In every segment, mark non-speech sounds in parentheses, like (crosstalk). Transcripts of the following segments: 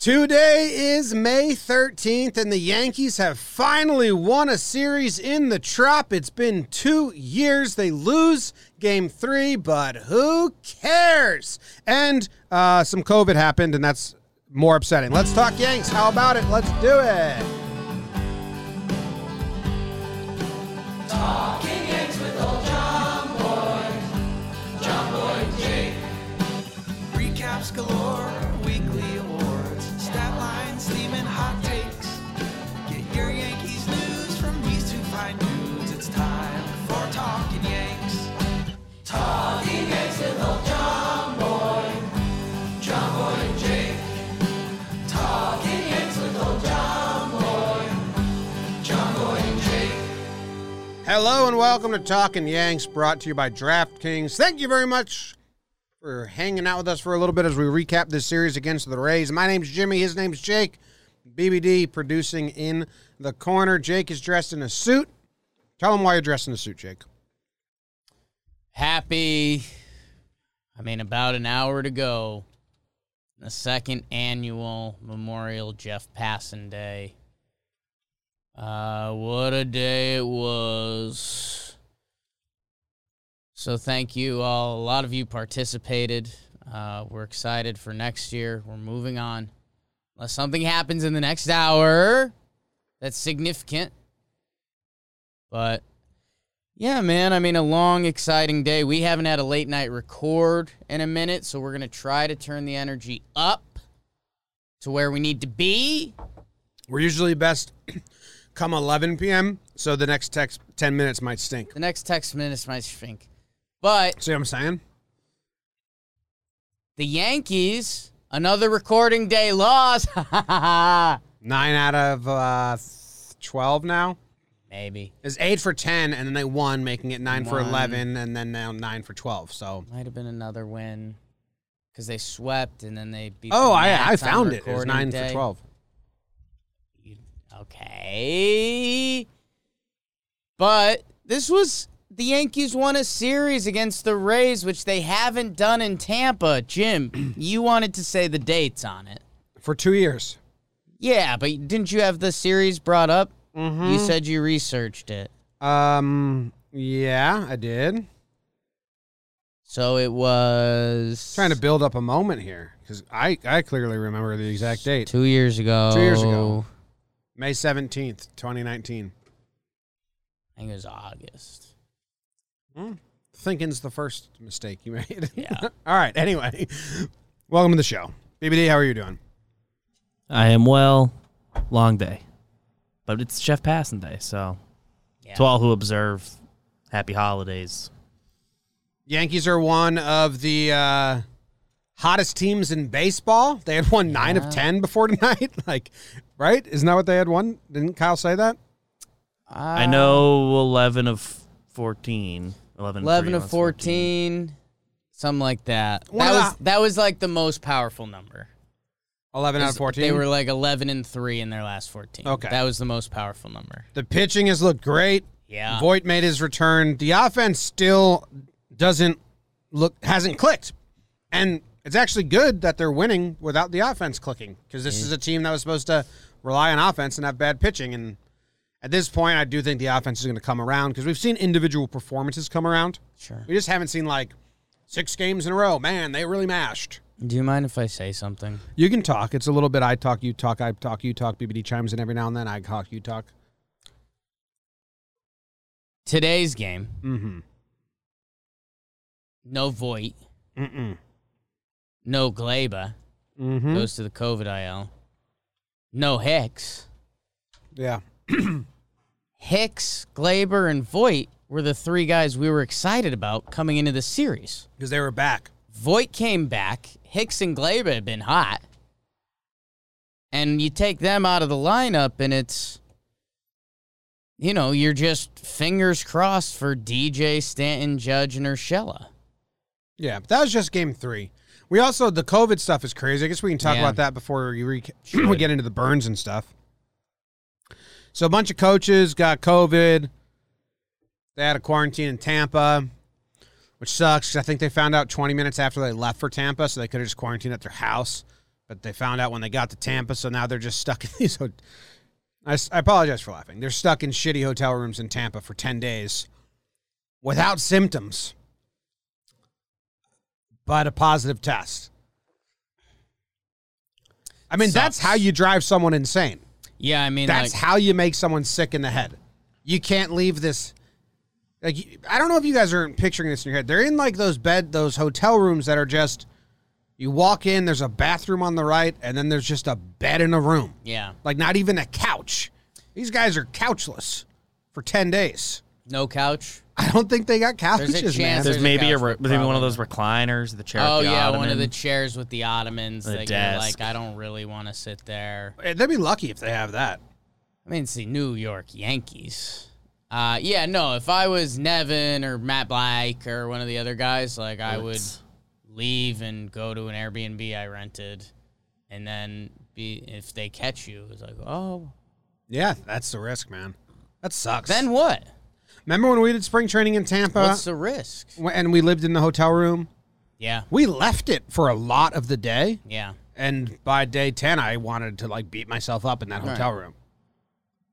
Today is May 13th, and the Yankees have finally won a series in the Trop. It's been two years. They lose game three, but who cares? And uh, some COVID happened, and that's more upsetting. Let's talk Yanks. How about it? Let's do it. Recaps galore, weekly awards, stat lines, steaming hot takes. Get your Yankees news from these two fine dudes. It's time for Talking Yanks. Talking Yanks with old John Boy, John Boy and Jake. Talking Yanks with old John Boy, John Boy and Jake. Hello, and welcome to Talking Yanks, brought to you by DraftKings. Thank you very much for hanging out with us for a little bit as we recap this series against the Rays. My name's Jimmy. His name's Jake. BBD producing in the corner. Jake is dressed in a suit. Tell him why you're dressed in a suit, Jake. happy i mean about an hour to go the second annual memorial jeff passon day uh what a day it was so thank you all a lot of you participated uh we're excited for next year we're moving on unless something happens in the next hour that's significant but yeah, man. I mean, a long, exciting day. We haven't had a late night record in a minute, so we're going to try to turn the energy up to where we need to be. We're usually best (clears throat) come 11 p.m., so the next text 10 minutes might stink. The next text minutes might shrink. But See what I'm saying? the Yankees, another recording day loss. (laughs) Nine out of uh, 12 now Maybe. is eight for 10, and then they won, making it nine for One. 11, and then now nine for 12. So Might have been another win because they swept and then they beat. oh, the I, I Nats on found it. It was recording nine day. for 12. You- Okay. But this was the Yankees won a series against the Rays, which they haven't done in Tampa. (clears throat) Jim, you wanted to say the dates on it. For two years. Yeah, but didn't you have the series brought up? Mm-hmm. You said you researched it. Um. Yeah, I did. So it was Trying to build up a moment here because I I clearly remember the exact date, two years ago. Two years ago. May seventeenth, twenty nineteen. I think it was August. Thinking's the first mistake you made. Yeah. (laughs) All right. Anyway, welcome to the show, BBD. How are you doing? I am well. Long day. But it's Jeff Passan Day, so Yeah. to all who observe, happy holidays. Yankees are one of the uh, hottest teams in baseball. They had won nine of ten before tonight. (laughs) like, right? Isn't that what they had won? Didn't Kyle say that? I Um, Uh, know 11 of 14. 11, and 11 three, of 14, something like that. One that of was the- that was like the most powerful number. Eleven out of Is- fourteen. They were like 11 and 3 in their last 14. Okay. That was the most powerful number. the pitching has looked great. Yeah. Voight made his return. The offense still doesn't look hasn't clicked, and it's actually good that they're winning without the offense clicking because this is a team that was supposed to rely on offense and have bad pitching. And at this point, I do think the offense is going to come around because we've seen individual performances come around. Sure. We just haven't seen like six games in a row. Man, they really mashed. Do you mind if I say something? You can talk. It's a little bit I talk, you talk, I talk, you talk. BBD chimes in every now and then. I talk, you talk. Today's game, Mm-hmm. no Voight, Mm-mm. no Gleba, Mm-hmm. goes to the COVID IL. No Hicks. yeah. Hicks, Glaber, and Voight were the three guys we were excited about coming into the series. because they were back. Voight came back. Hicks and Glaber had been hot. and you take them out of the lineup, and it's, you know, you're just fingers crossed for DJ Stanton, Judge, and Urshela. Yeah, but that was just game three. We also the COVID stuff is crazy. I guess we can talk Yeah. about that before you (clears throat) re- we Sure. get into the burns and stuff. So a bunch of coaches got COVID. They had a quarantine in Tampa, which sucks. 'cause I think they found out 20 minutes after they left for Tampa, so they could have just quarantined at their house. But they found out when they got to Tampa, so now they're just stuck in (laughs) these. Ho- I, s- I apologize for laughing. They're stuck in shitty hotel rooms in Tampa for 10 days without symptoms but a positive test. I mean, that's Sucks. how you drive someone insane. Yeah, I mean, That's like, how you make someone sick in the head. You can't leave this. Like, you- I don't know if you guys are picturing this in your head. They're in like those bed, those hotel rooms that are just. You walk in, there's a bathroom on the right, and then there's just a bed in a room. yeah, Like not even a couch. These guys are couchless for ten days. no couch. I don't think they got couches, a chance man. there's There's a maybe a couch, re- but maybe one probably of those recliners, the chair. oh with the yeah, one of the ottoman. chairs with the ottomans The that you're desk. like, I don't really want to sit there. They'd be lucky if they have that. I mean, it's the New York Yankees. Uh, yeah, no, if I was Nevin or Matt Black or one of the other guys, like I would It's- leave and go to an Airbnb I rented, and then be if they catch you, it's like, oh, Yeah, that's the risk, man. That sucks. then what? remember when we did spring training in Tampa What's the risk? wh- and we lived in the hotel room? Yeah, We left it for a lot of the day, yeah. and by day 10 I wanted to like beat myself up in that hotel room.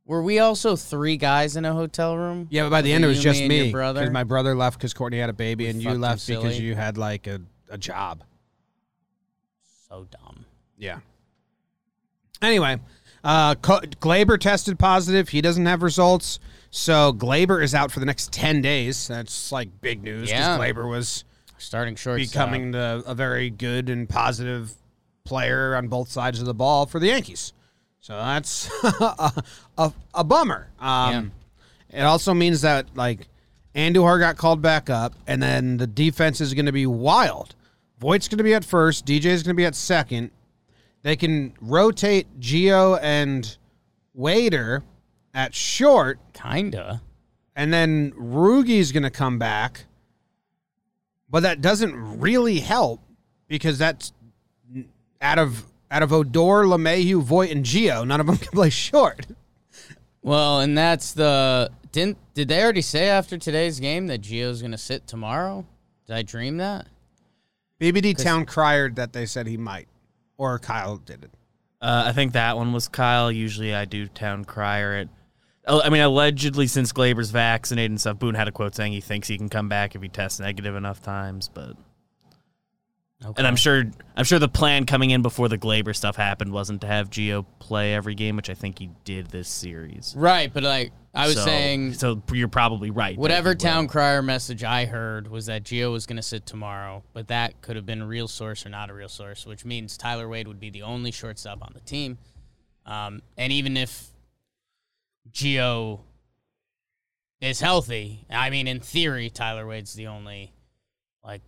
Were we also three guys in a hotel room? Yeah, but by the end it it was you, just me and me your brother? cuz my brother left cuz Courtney had a baby and you fucked him left because silly. you had like a, a job. So dumb. Yeah. Anyway, uh, Co- Glaber tested positive. He doesn't have results, so Glaber is out for the next ten days. That's like big news. 'cause Yeah. Glaber was Starting shortstop. becoming the, a very good and positive player on both sides of the ball for the Yankees. So that's (laughs) a, a, a bummer. Um, It also means that like Andujar got called back up, and then the defense is going to be wild. Voight's going to be at first. DJ is going to be at second. They can rotate Geo and Wader at short kinda. and then Rugi's going to come back, but that doesn't really help because that's out of out of Odor, Lemayhew, Voight, and Geo. None of them (laughs) can play short. Well, and that's the didn't did they already say after today's game that Gio's gonna sit tomorrow? Did I dream that? BBD Town crier that they said he might, or Kyle did it. Uh, I think that one was Kyle. Usually I do town crier it. Oh, I mean, allegedly since Glaber's vaccinated and stuff, Boone had a quote saying he thinks he can come back if he tests negative enough times. But Okay. and I'm sure I'm sure the plan coming in before the Glaber stuff happened wasn't to have Geo play every game, which I think he did this series. right, but like I was So- saying so you're probably right. that whatever he will. town crier message I heard was that Gio was gonna sit tomorrow, but that could have been a real source or not a real source, which means Tyler Wade would be the only shortstop on the team. Um, and even if Gio is healthy, I mean in theory Tyler Wade's the only like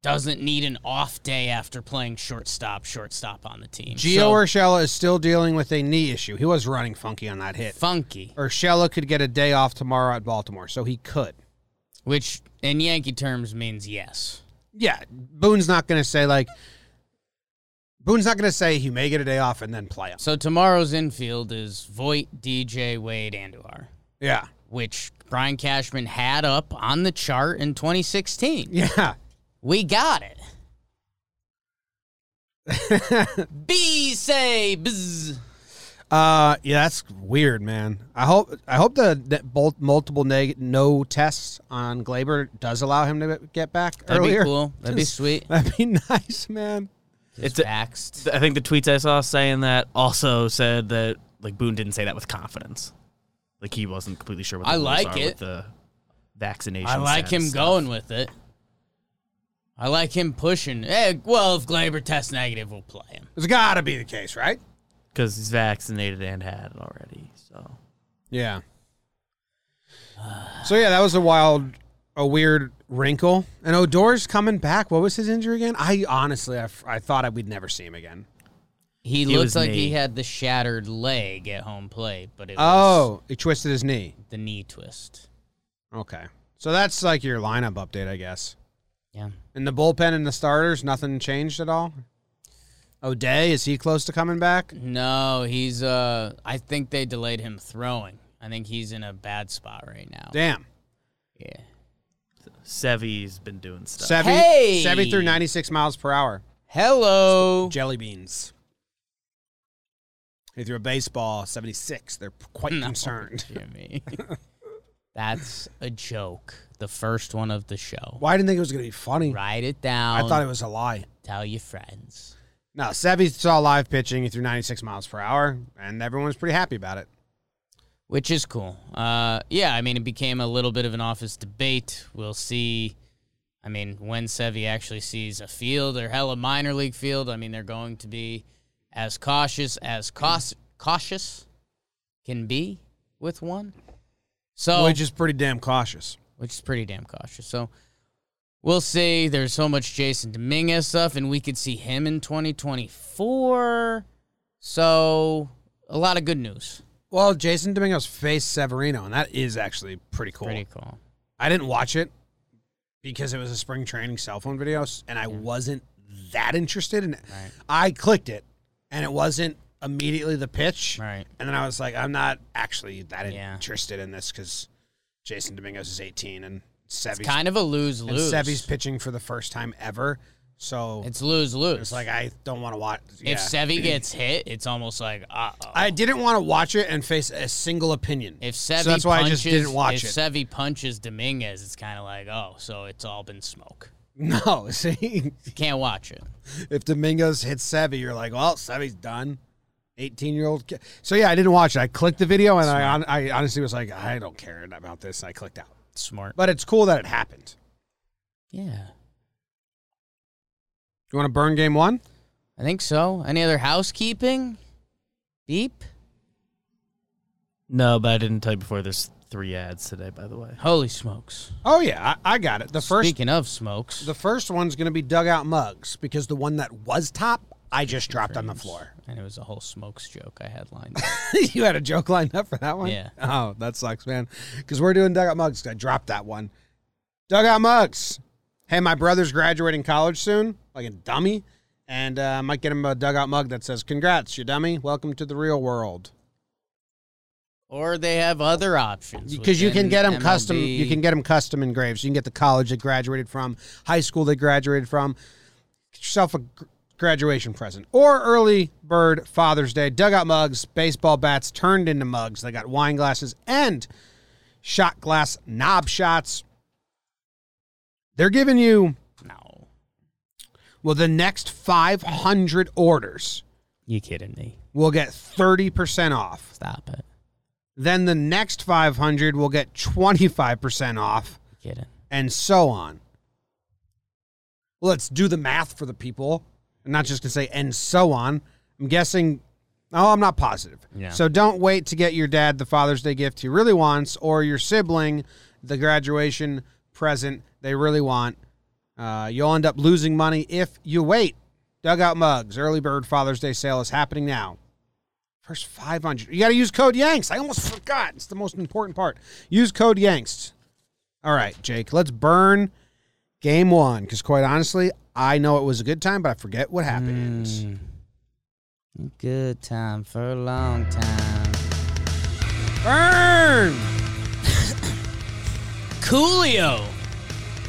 doesn't need an off day after playing shortstop, shortstop on the team. Gio Urshela is still dealing with a knee issue. He was running funky on that hit. funky, Urshela could get a day off tomorrow at Baltimore, so he could. which in Yankee terms means yes. Yeah, Boone's not going to say like. Boone's not going to say he may get a day off and then play him. So tomorrow's infield is Voight, DJ, Wade, Andujar, Yeah. (laughs) which Brian Cashman had up on the chart in 2016. Yeah. We got it. B say bzz. Uh yeah, that's weird, man. I hope I hope the that both multiple neg- no tests on Glaber does allow him to get back That'd be earlier. cool. That'd (laughs) be sweet. That'd be nice, man. It's a- vaxxed. I think the tweets I saw saying that also said that like Boone didn't say that with confidence. Like he wasn't completely sure what the I rules like are it. with the vaccination. I like him status. going with it. I like him pushing. Hey, well, if Glaber tests negative, we'll play him. It's got to be the case, right? because he's vaccinated and had it already. So Yeah. So yeah, that was a wild a weird wrinkle. And Odor's coming back. What was his injury again? I honestly I, f- I thought I, we'd never see him again. He, He looked was like he knee. had the shattered leg at home plate, but it was Oh, he twisted his knee. the knee twist. Okay. So that's like your lineup update, I guess. Yeah. And the bullpen and the starters, nothing changed at all? O'Day, Oh, is he close to coming back? No, he's uh I think they delayed him throwing. I think he's in a bad spot right now. Damn. Yeah. Sevi's been doing stuff. 70, Hey! 70 through 96 miles per hour. Hello. Jelly beans. He threw a baseball, 76. They're quite (laughs) No, concerned. Jimmy. (laughs) That's a joke. The first one of the show. Well, I didn't think it was going to be funny. Write it down. I thought it was a lie. Tell your friends. No, Sevy saw live pitching. He threw 96 miles per hour, and everyone was pretty happy about it. Which is cool. Uh, yeah, I mean, it became a little bit of an office debate. We'll see. I mean, when Sevy actually sees a field or hella minor league field, I mean, they're going to be as cautious as caus- cautious can be with one. So, Which is pretty damn cautious. which is pretty damn cautious. So we'll see. There's so much Jason Dominguez stuff, and we could see him in 2024. So a lot of good news. Well, Jason Dominguez faced Severino, and that is actually pretty cool. Pretty cool. I didn't watch it because it was a spring training cell phone video, s- and I wasn't that interested in it. Right. I clicked it, and it wasn't immediately the pitch. Right. And then I was like, I'm not actually that Yeah. interested in this because Jason Dominguez is 18 and Sevy's, Kind of a lose and lose. Sevy's pitching for the first time ever. So it's, It's lose lose. like I don't want to watch. Yeah. if Sevy gets hit, it's almost like uh oh. I didn't want to watch it and face a single opinion. If So Sevy that's why I just punches- didn't watch if it. Sevy punches Dominguez, it's kind of like oh, so it's all been smoke. (laughs) no, (laughs) see, You can't watch it. if Domingos hits Sevy, you're like, well, Sevy's done. 18 year old. Kid. So yeah, I didn't watch it. I clicked the video and I, hon- I honestly was like, I don't care about this. I clicked out. It's smart. But it's cool that it happened. yeah, You want to burn game one? I think so. Any other housekeeping? Beep. No, but I didn't tell you before. There's three ads today, by the way. Holy smokes. Oh yeah, I, I got it. The first Speaking of smokes, the first one's gonna be dugout mugs because the one that was top, I just dropped on the floor. and it was a whole smokes joke I had lined. (laughs) you had a joke lined up for that one? Yeah. Oh, that sucks, man. Because we're doing dugout mugs. I dropped that one. Dugout mugs. Hey, my brother's graduating college soon, like a dummy, and uh, I might get him a dugout mug that says, "Congrats, you dummy! Welcome to the real world." (laughs) or they have other options Because you can within get them custom. MLB. You can get them custom engraved. So you can get the college they graduated from, high school they graduated from. Get yourself a gr- graduation present or early bird Father's Day dugout mugs, baseball bats turned into mugs. They got wine glasses and shot glass knob shots. They're giving you No, well the next 500 orders you kidding me? will get 30% off. Stop it. Then the next 500 will get 25% off. You kidding? and so on. Let's do the math for the people. I'm not just going to say and so on. I'm guessing, oh, I'm not positive. Yeah. So don't wait to get your dad the Father's Day gift he really wants or your sibling the graduation present they really want. Uh, you'll end up losing money if you wait. Dugout mugs, early bird Father's Day sale is happening now. First 500. You got to use code Yanks. I almost forgot. It's the most important part. Use code Yanks. All right, Jake, let's burn game one because, quite honestly, I know it was a good time, but I forget what Mm. happened. Hmm. Good time for a long time. Burn! Coolio.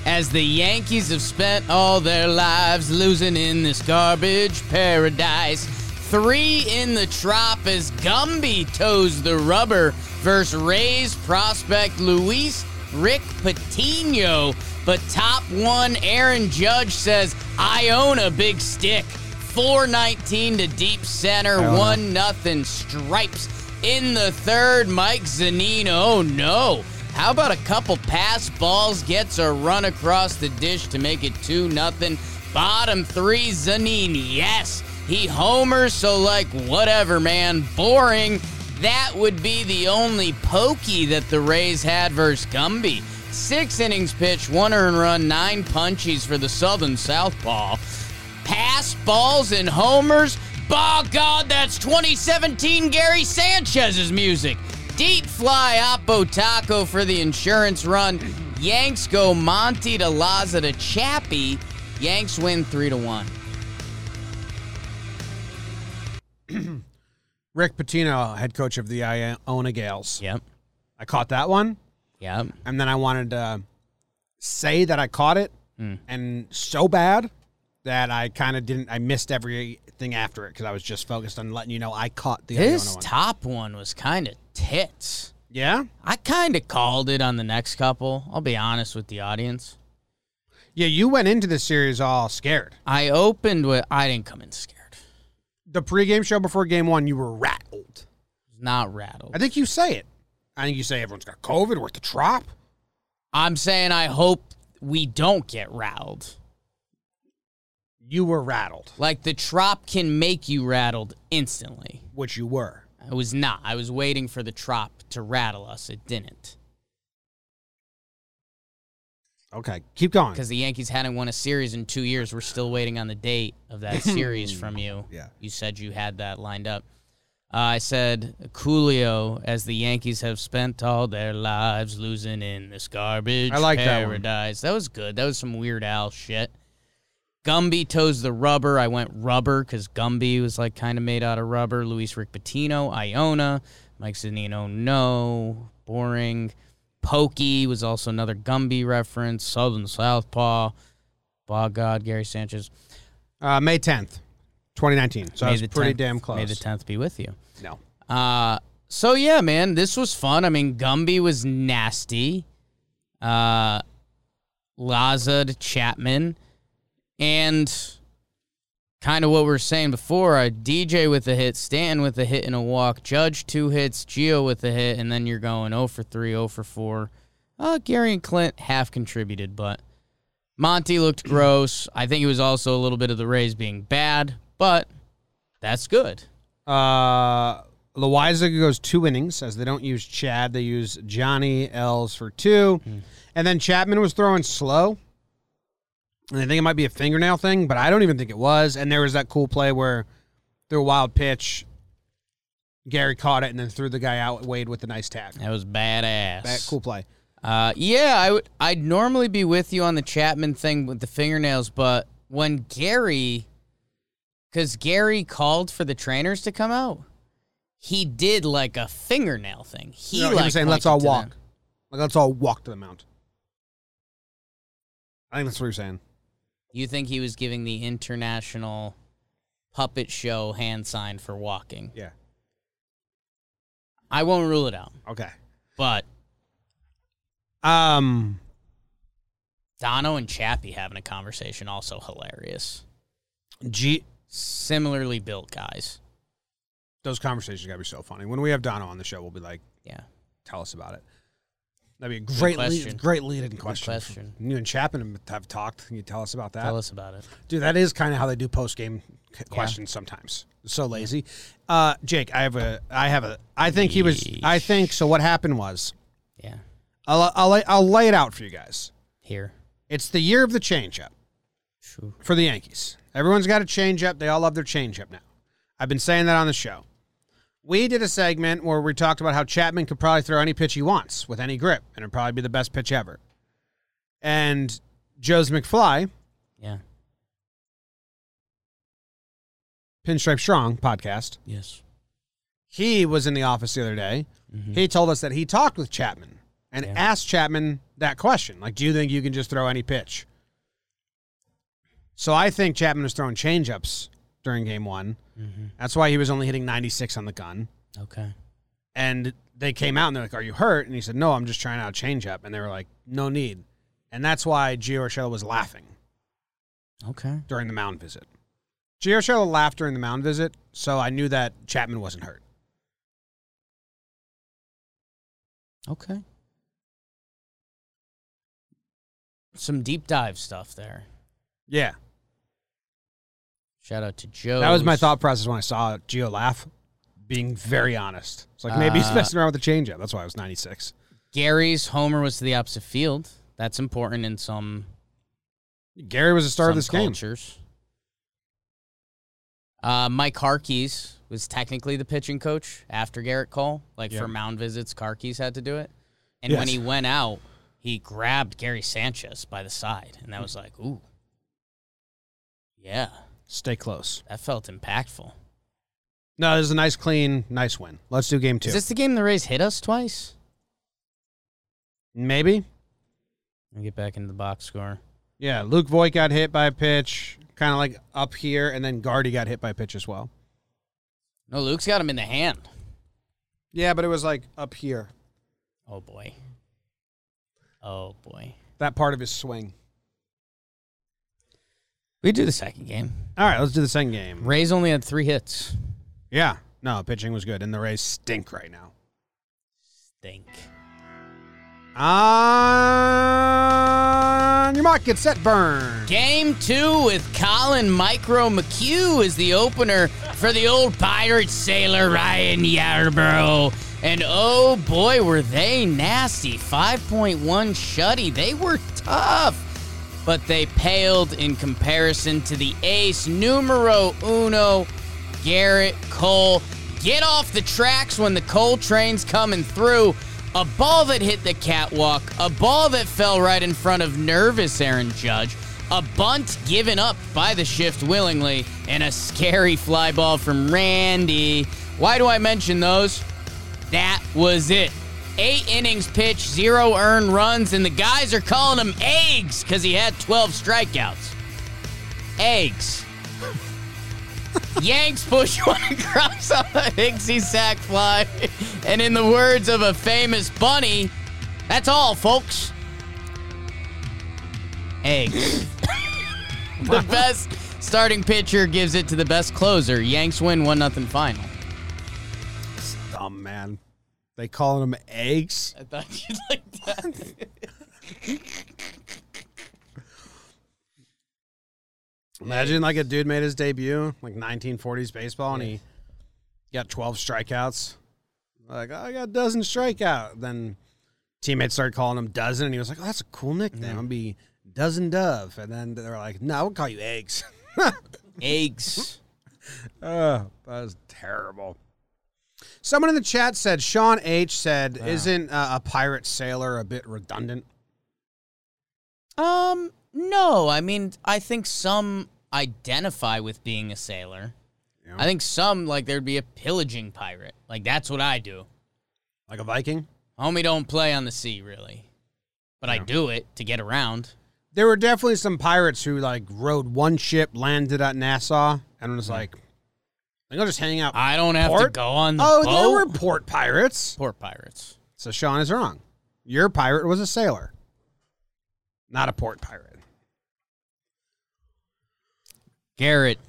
As the Yankees have spent all their lives losing in this garbage paradise. Three in the trop as Gumby toes the rubber versus Rays prospect Luis Rick Patino. But top one, Aaron Judge says, I own a big stick. 419 to deep center, 1 nothing stripes. In the third, Mike Zanino. Oh no. How about a couple pass balls gets a run across the dish to make it 2 nothing. Bottom 3 Zanini. Yes. He homers so like whatever man, boring. That would be the only pokey that the Rays had versus Gumby. Six innings pitched, one earned run, nine punchies for the Southern Southpaw pass balls and homers. By God, that's 2017 Gary Sanchez's music. Deep fly Oppo Taco for the insurance run. Yanks go Monty to Laza to Chappie. Yanks win 3 to 1. Rick Pitino, head coach of the Iona Gales. Yep. I caught that one, Yep. and then I wanted to say that I caught it, and so bad that I kind of didn't. I missed everything after it because I was just focused on letting you know I caught the This Iona one. top one was kind of tits. yeah, I kind of called it on the next couple. I'll be honest with the audience. yeah. You went into this series all scared. I opened with I didn't come in scared. The pregame show before game one, you were rattled. Not rattled. I think you say it. I think you say everyone's got COVID. We're at the trop. I'm saying I hope we don't get rattled. You were rattled, Like the trop can make you rattled instantly. which you were. I was not. I was waiting for the trop to rattle us. It didn't. Okay, keep going. Because the Yankees hadn't won a series in two years. We're still waiting on the date of that series from you. Yeah. You said you had that lined up. Uh, I said, Coolio, as the Yankees have spent all their lives losing in this garbage I like that one. paradise. That, was good. That was some Weird Al shit. Gumby toes the rubber. I went rubber because Gumby was like kind of made out of rubber. Luis Rick Pitino, Iona, Mike Zanino, no. Boring. Pokey was also another Gumby reference. Southern Southpaw. By God, Gary Sanchez. Uh, May 10th, 2019. So I May was the pretty 10th damn close. May the 10th be with you. No. Uh, so yeah, man, this was fun. I mean, Gumby was nasty. Uh, Laza to Chapman, and kind of what we were saying before: uh, DJ with a hit, Stanton with a hit and a walk, Judge two hits, Geo with a hit, and then you're going 0 for 3, 0 for 4. Uh, Gary and Clint half contributed, but Monty looked gross. I think it was also a little bit of the Rays being bad, but that's good. Uh, Loizaga goes two innings as they don't use Chad. They use Johnny L's for two. Hmm. And then Chapman was throwing slow. And I think it might be a fingernail thing, but I don't even think it was. And there was that cool play where through a wild pitch, Gary caught it and then threw the guy out, Wade, with a nice tag. That was badass. That cool play. Uh, yeah, I would. I'd normally be with you on the Chapman thing with the fingernails, but when Gary, because Gary called for the trainers to come out, he did like a fingernail thing. He, No, like, was saying, let's all pointed to walk. them. Like, let's all walk to the mound. I think that's what you're saying. You think he was giving the international puppet show hand sign for walking? Yeah. I won't rule it out, Okay. but Um, Dono and Chappie having a conversation also hilarious. G. Similarly built guys. Those conversations gotta be so funny. When we have Dono on the show, we'll be like, Yeah. "Tell us about it." That'd be a great, question. lead, great lead-in question. question. You and Chapman have talked. Can you tell us about that, Tell us about it. dude? That is kind of how they do post-game c- questions sometimes. So lazy. Uh, Jake, I have a, I have a, I think he was, I think so. What happened was, Yeah. I'll, I'll, lay- I'll lay it out for you guys. Here. It's the year of the changeup. Shoo. for the Yankees. Everyone's got a changeup. They all love their changeup now. I've been saying that on the show. We did a segment where we talked about how Chapman could probably throw any pitch he wants with any grip, and it'd probably be the best pitch ever. And Joe's McFly, Yeah. Pinstripe Strong podcast, Yes. he was in the office the other day. He told us that he talked with Chapman and Yeah. asked Chapman that question like, do you think you can just throw any pitch? So I think Chapman was throwing changeups during game one. That's why he was only hitting 96 on the gun. Okay. And they came out and they're like, are you hurt? And he said, no, I'm just trying out a changeup. And they were like, no need. And that's why Gio Urshela was laughing Okay. during the mound visit. Gio Urshela laughed during the mound visit, so I knew that Chapman wasn't hurt. Okay. Some deep dive stuff there. Yeah. Shout out to Joe. That was my thought process when I saw Geo laugh, being very honest. It's like maybe he's Uh, messing around with the changeup. That's why I was 96. Gary's homer was to the opposite field. That's important in some, Gary was the star some of this game. cultures. Uh, Mike Harkey's was technically the pitching coach after Garrett Cole. Like for mound visits, Harkey's had to do it. And when Yes. he went out, he grabbed Gary Sanchez by the side, and Hmm. that was like, ooh, yeah, Stay close. that felt impactful. No, this is a nice, clean, nice win. Let's do game two. Is this the game the Rays hit us twice? Maybe. Let me get back into the box score. Yeah, Luke Voigt got hit by a pitch, kind of like up here, and then Guardy got hit by a pitch as well. No, Luke's got him in the hand. Yeah, but it was like up here, Oh boy. Oh boy. that part of his swing. We do the second game. All right, let's do the second game. Rays only had three hits. Yeah, no, pitching was good, and the Rays stink right now. Stink. On your mark, get set, burn. Game two with Colin Micro McHugh is the opener for the old pirate sailor Ryan Yarborough. And oh boy, were they nasty. 5.1 shutty. They were tough. But they paled in comparison to the ace numero uno, Garrett Cole. Get off the tracks when the Cole train's coming through. A ball that hit the catwalk, a ball that fell right in front of nervous Aaron Judge, a bunt given up by the shift willingly, and a scary fly ball from Randy. Why do I mention those? That was it. Eight innings pitched, zero earned runs, and the guys are calling him eggs because he had 12 strikeouts. Eggs. (laughs) Yanks push (laughs) one across on a Higgsy sack fly. And in the words of a famous bunny, that's all, folks. Eggs. (laughs) the best starting pitcher gives it to the best closer. Yanks win 1 0 final. Dumb man. They calling him eggs. I thought you'd like that. Imagine like a dude made his debut, like 1940s baseball, and he got 12 strikeouts. Like, oh, I got a dozen strikeout. Then teammates started calling him dozen, and he was like, oh, that's a cool nickname. I'm gonna be dozen dove. And then they were like, no, we'll call you eggs. (laughs) Eggs. Oh, that was terrible. Someone in the chat said Sean H said, "Isn't uh, a pirate sailor a bit redundant?" Um, no. I mean, I think some identify with being a sailor. Yeah. I think some like there'd be a pillaging pirate. Like that's what I do. Like a Viking? Homie, don't play on the sea, really. But I do it to get around. There were definitely some pirates who like rode one ship, landed at Nassau, and Mm-hmm. was like, "I think I'll just hang out." I don't have to Port? go on the oh, there boat. were port pirates. Poor pirates. So Sean is wrong. Your pirate was a sailor, not a port pirate. Garrett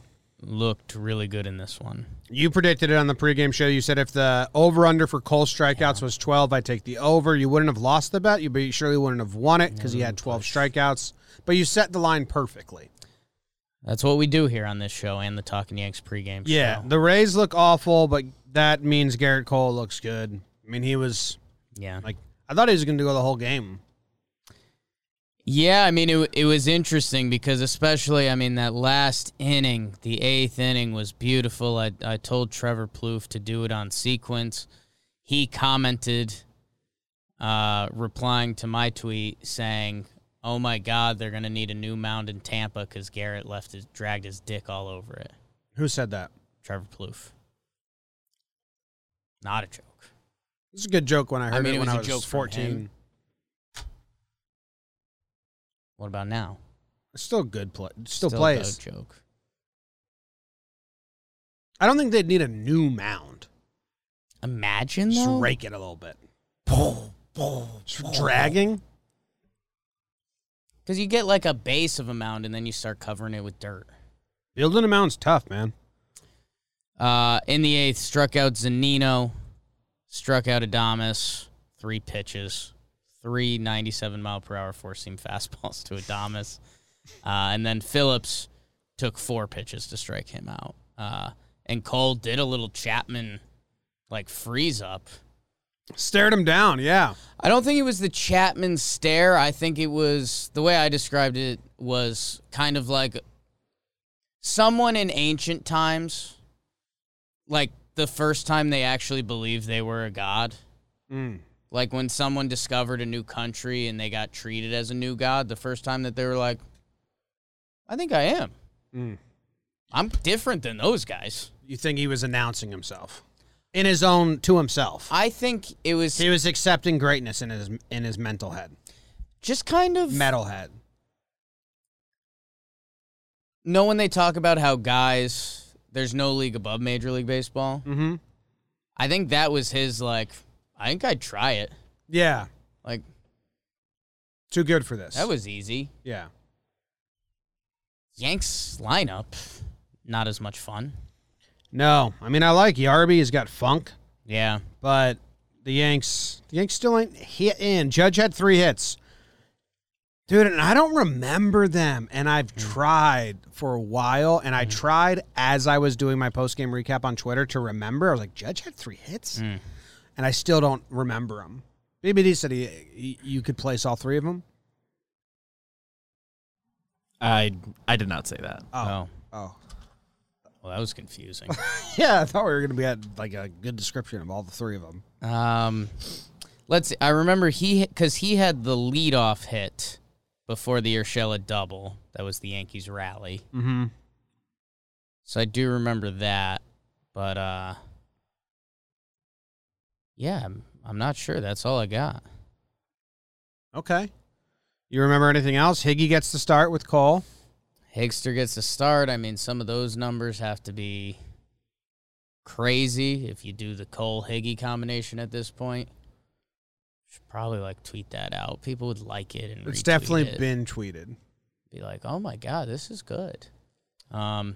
looked really good in this one. You predicted it on the pregame show. You said if the over under for Cole strikeouts was 12, I take the over. You wouldn't have lost the bet. You but you surely wouldn't have won it because he Mm, had 12 strikeouts. But you set the line perfectly. That's what we do here on this show and the Talking Yanks pregame show. The Rays look awful, but that means Garrett Cole looks good. I mean, he was Yeah. like, I thought he was going to go the whole game. Yeah, I mean it. It was interesting because, especially, I mean that last inning, the eighth inning was beautiful. I I told Trevor Plouffe to do it on sequence. He commented, uh, replying to my tweet saying, "Oh my God, they're gonna need a new mound in Tampa because Garrett left his dragged his dick all over it." Who said that? Trevor Plouffe. Not a joke. It's a good joke when I heard mean, it, it when was I a was joke from 14. him. What about now? It's still good play. Still, Still plays. a joke. I don't think they'd need a new mound. Imagine Just though. rake it a little bit. Just Dragging. Because you get like a base of a mound and then you start covering it with dirt. Building a mound's tough, man. Uh, in the eighth, struck out Zanino, struck out Adamas, three pitches, three 97 mile per hour four seam (laughs) fastballs to Adamas. Uh, and then Phillips took four pitches to strike him out. Uh, and Cole did a little Chapman like freeze up. Stared him down, yeah. I don't think it was the Chapman stare. I think it was the way I described it was kind of like someone in ancient times, like the first time they actually believed they were a god, Mm. like when someone discovered a new country and they got treated as a new god, the first time that they were like, I think I am. Mm. I'm different than those guys. You think he was announcing himself in his own to himself? I think it was He was accepting greatness in his in his mental head, just kind of metal head. No, when they talk about how guys, there's no league above Major League Baseball. Mm-hmm. I think that was his like. I think I'd try it. Yeah, Like too good for this. that was easy. yeah. Yanks lineup, not as much fun. No, I mean I like Yarby. He's got funk, Yeah, but the Yanks, the Yanks still ain't hitting. Judge had three hits, dude, and I don't remember them. And I've tried for a while, and I tried as I was doing my post game recap on Twitter to remember. I was like, Judge had three hits, and I still don't remember them. BBD said he, he, you could place all three of them. I I did not say that. Oh. oh. well, that was confusing. (laughs) (laughs) Yeah, I thought we were going to be at like a good description of all the three of them. um, let's. See, I remember he because he had the leadoff hit before the Urshela double. That was the Yankees rally. Mm-hmm. So I do remember that, but uh Yeah, I'm, I'm not sure. That's all I got. Okay. You remember anything else? Higgy gets to start with Cole. Higster gets a start. I mean, some of those numbers have to be crazy if you do the Cole Higgy combination at this point. Should probably like tweet that out. People would like it and It's retweet definitely it. been tweeted. be like, "Oh my god, this is good." Um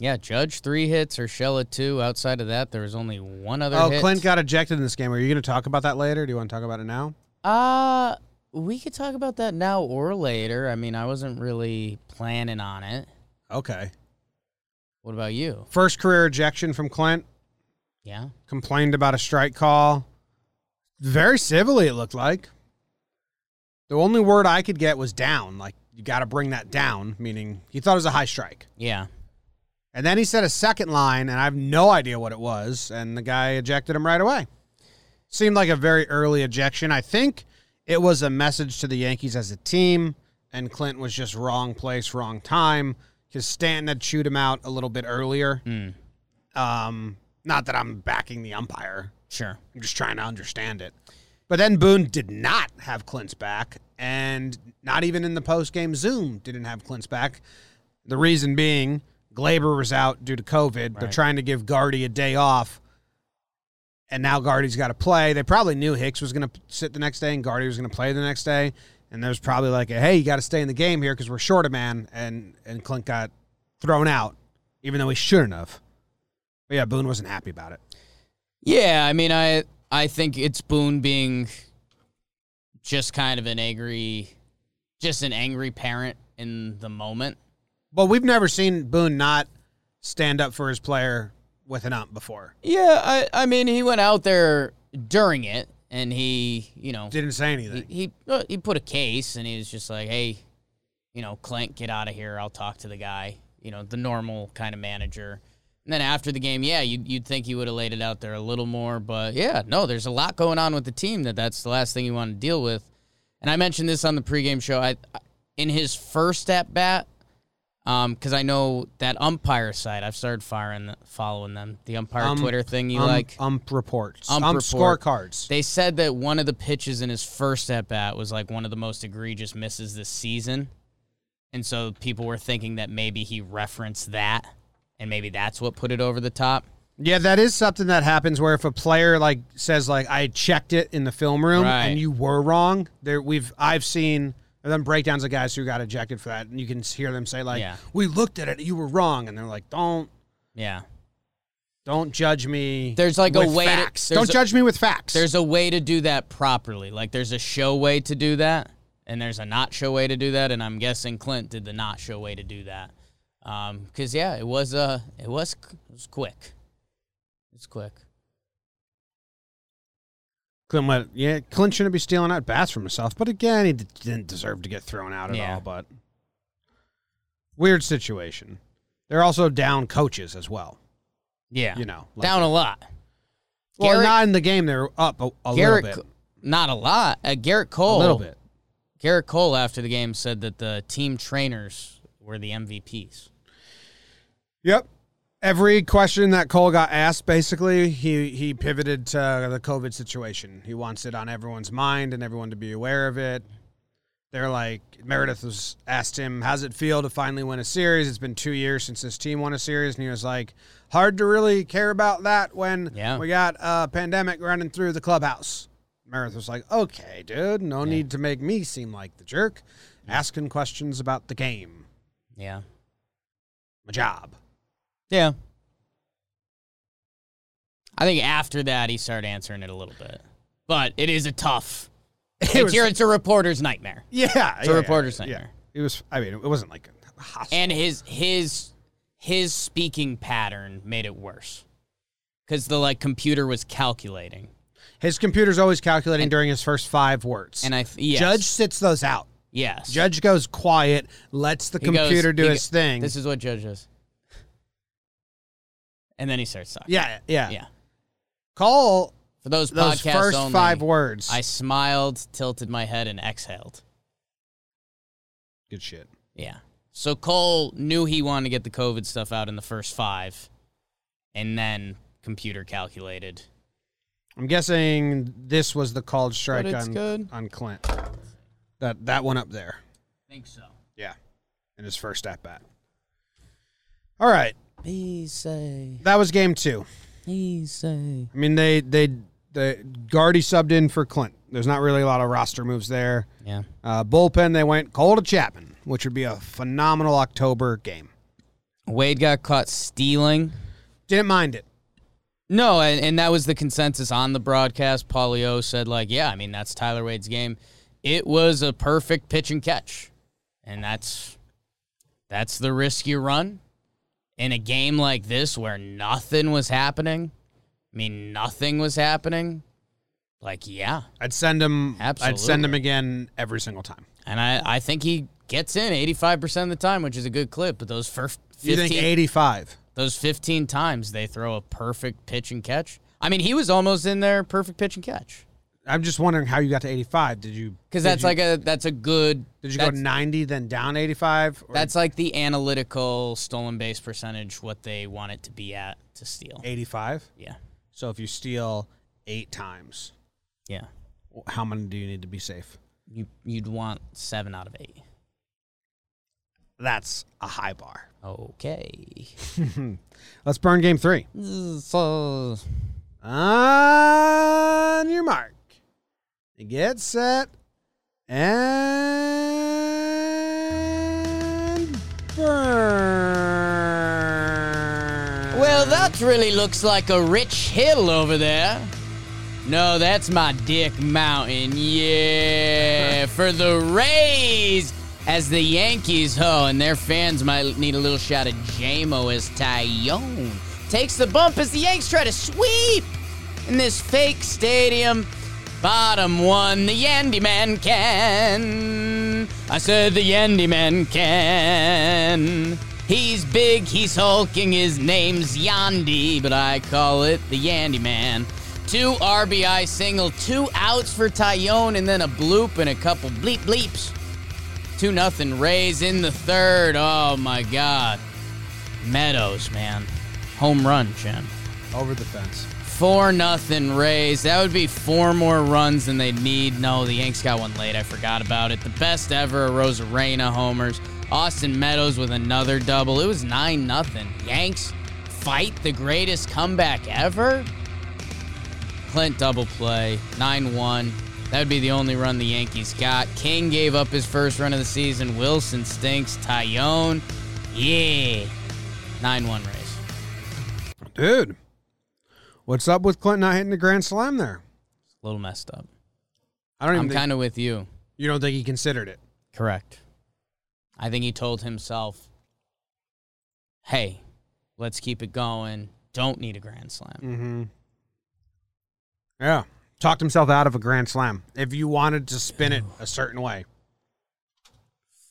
Yeah, Judge 3 hits or Shella 2. Outside of that, there was only one other Oh, hit. Clint got ejected in this game. Are you going to talk about that later? Do you want to talk about it now? Uh we could talk about that now or later. I mean, I wasn't really planning on it. Okay. What about you? First career ejection from Clint. Yeah. Complained about a strike call. Very civilly, it looked like. The only word I could get was down. Like, you got to bring that down, meaning he thought it was a high strike. Yeah. And then he said a second line, and I have no idea what it was. And the guy ejected him right away. Seemed like a very early ejection. I think it was a message to the Yankees as a team, and Clint was just wrong place, wrong time, because Stanton had chewed him out a little bit earlier. Mm, Um, not that I'm backing the umpire, sure. I'm just trying to understand it. But then Boone did not have Clint's back, and not even in the post game Zoom didn't have Clint's back. The reason being, Glaber was out due to COVID. They're Right. trying to give Guardy a day off, and now Guardy's got to play. They probably knew Hicks was going to sit the next day and Guardy was going to play the next day. And there was probably like, a, hey, you got to stay in the game here because we're short a man. And, and Clint got thrown out, even though he shouldn't have. But yeah, Boone wasn't happy about it. Yeah, I mean, I I think it's Boone being just kind of an angry just an angry parent in the moment. But we've never seen Boone not stand up for his player with an ump before. Yeah, I I mean, he went out there during it and he, you know, Didn't say he anything. he, uh, he put a case and he was just like, hey, you know, Clint, get out of here. I'll talk to the guy. You know, the normal kind of manager. And then after the game, yeah, you'd, you'd think he would have laid it out there a little more, but yeah, no, there's a lot going on with the team that that's the last thing you want to deal with. And I mentioned this on the pregame show. I I- in his first at bat, because I know that umpire side. I've started firing, following them. The umpire Um, Twitter thing you ump, like? ump reports, Ump ump, report. scorecards. They said that one of the pitches in his first at bat was like one of the most egregious misses this season. And so people were thinking that maybe he referenced that and maybe that's what put it over the top. Yeah, that is something that happens where if a player like says like I checked it in the film room Right. and you were wrong, there we've I've seen them breakdowns of guys who got ejected for that, and you can hear them say like Yeah. We looked at it, you were wrong, and they're like don't Yeah. don't judge me. There's like a with way to- facts. there's don't a- judge me with facts. There's a way to do that properly. Like there's a show way to do that and there's a not show way to do that. And I'm guessing Clint did the not show way to do that. Um, cause yeah, it was, uh, it was, it was quick. It's quick. Clint went, yeah, Clint shouldn't be stealing out bats from himself, but again, he d- didn't deserve to get thrown out at Yeah. all. But Weird situation. They're also down coaches as well. Yeah. You know, like- down a lot. Well, Garrett- not in the game. They're up a, a Garrett, little bit. Co- not a lot. Uh, Garrett Cole, A little bit. Garrett Cole after the game said that the team trainers were the MVPs. Yep. Every question that Cole got asked, basically, he, he pivoted to the COVID situation. He wants it on everyone's mind and everyone to be aware of it. They're like, Meredith was asked him, How's it feel to finally win a series? It's been two years since this team won a series. And he was like, Hard to really care about that when Yeah. we got a pandemic running through the clubhouse. Meredith was like, Okay, dude, no need to make me seem like the jerk. Asking questions about the game, Yeah. my job. Yeah. I think after that he started answering it a little bit. But it is a (laughs) tough. it's, was- your, it's a reporter's nightmare. Yeah, It's a reporter's nightmare. It was. I mean, it wasn't like a hostile. And his his his speaking pattern made it worse. Cuz the like computer was calculating. his computer's always calculating during his first five words. And I th- yes. Judge sits those out. yes. Judge goes quiet, lets the He goes- computer do he his go- thing. This is what Judge does. And then he starts talking. yeah, yeah, Yeah. Call For those, those podcasts first only, five words. I smiled, tilted my head, and exhaled. Good shit. Yeah. So Cole knew he wanted to get the COVID stuff out in the first five, and then computer calculated. I'm guessing this was the called strike it's on good. on Clint. That that one up there. Think so. Yeah, in his first at bat. All right, He say, that was game two. he say. I mean, they they the Guardy subbed in for Clint. There's not really a lot of roster moves there. Yeah. Uh, bullpen, they went Cole to Chapman, which would be a phenomenal October game. Wade got caught stealing. Didn't mind it. No, and, and that was the consensus on the broadcast. Paulio said, like, yeah, I mean, that's Tyler Wade's game. It was a perfect pitch and catch. And that's that's the risk you run in a game like this where nothing was happening. I mean, nothing was happening. Like, yeah. I'd send him. I'd send Absolutely. him again every single time. And I, I think he gets in 85% of the time, which is a good clip. But those first You 15, think eighty-five? those 15 times they throw a perfect pitch and catch. I mean, he was almost in there, perfect pitch and catch. I'm just wondering how you got to eighty-five. Did you? Because did that's you- like a that's a good. Did you go that's, ninety then down eighty-five? Or That's like the analytical stolen base percentage, what they want it to be at to steal. eighty-five. Yeah, So if you steal eight times, yeah. how many do you need to be safe? You you'd want seven out of eight. That's a high bar. Okay. Let's burn game three. So On your mark. Get set. And burn. well, that really looks like a rich hill over there. No, that's my dick mountain. Yeah, for the Rays as the Yankees ho, and their fans might need a little shot of JMO as Tyone takes the bump as the Yanks try to sweep in this fake stadium. Bottom one, the Yandyman can. I said the Yandyman can. He's big, he's hulking, his name's Yandy, but I call it the Yandyman. Two RBI single, two outs for Tyone, and then a bloop and a couple bleep bleeps. 2 nothing Rays in the third. Oh my god. Meadows, man. Home run, champ. over the fence. Four nothing Rays. That would be four more runs than they need. No, the Yanks got one late. I forgot about it. The best ever Rosarena homers. Austin Meadows with another double. It was nine nothing. Yanks fight the greatest comeback ever. Clint double play, nine one. That would be the only run the Yankees got. King gave up his first run of the season. Wilson stinks. Tyone, yeah, nine one Rays. Dude. What's up with Clint not hitting the grand slam there? A little messed up. I don't even I'm think kind of with you. you don't think he considered it. Correct. I think he told himself, hey, let's keep it going. Don't need a grand slam. Mm-hmm. Yeah. Talked himself out of a grand slam. If you wanted to spin it a certain way.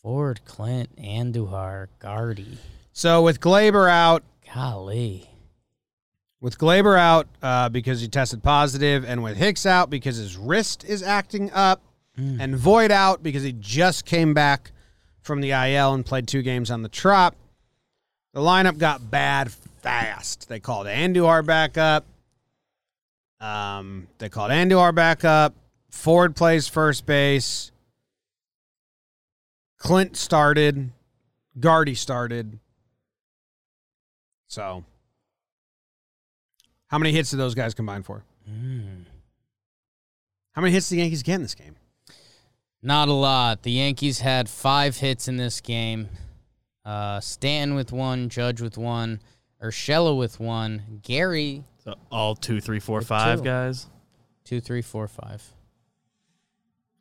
Ford, Clint, Andujar, Guardy. So with Glaber out, Golly. with Glaber out uh, because he tested positive, and with Hicks out because his wrist is acting up, and Void out because he just came back from the IL and played two games on the Trop. The lineup got bad fast. They called Andujar back up. Um, they called Andujar back up. Ford plays first base. Clint started. Guardy started. So, how many hits did those guys combine for? Mm. How many hits did the Yankees get in this game? Not a lot. The Yankees had five hits in this game. Uh, Stanton with one, Judge with one, Urshela with one, Gary So all two, three, four, With five two. guys. two, three, four, five.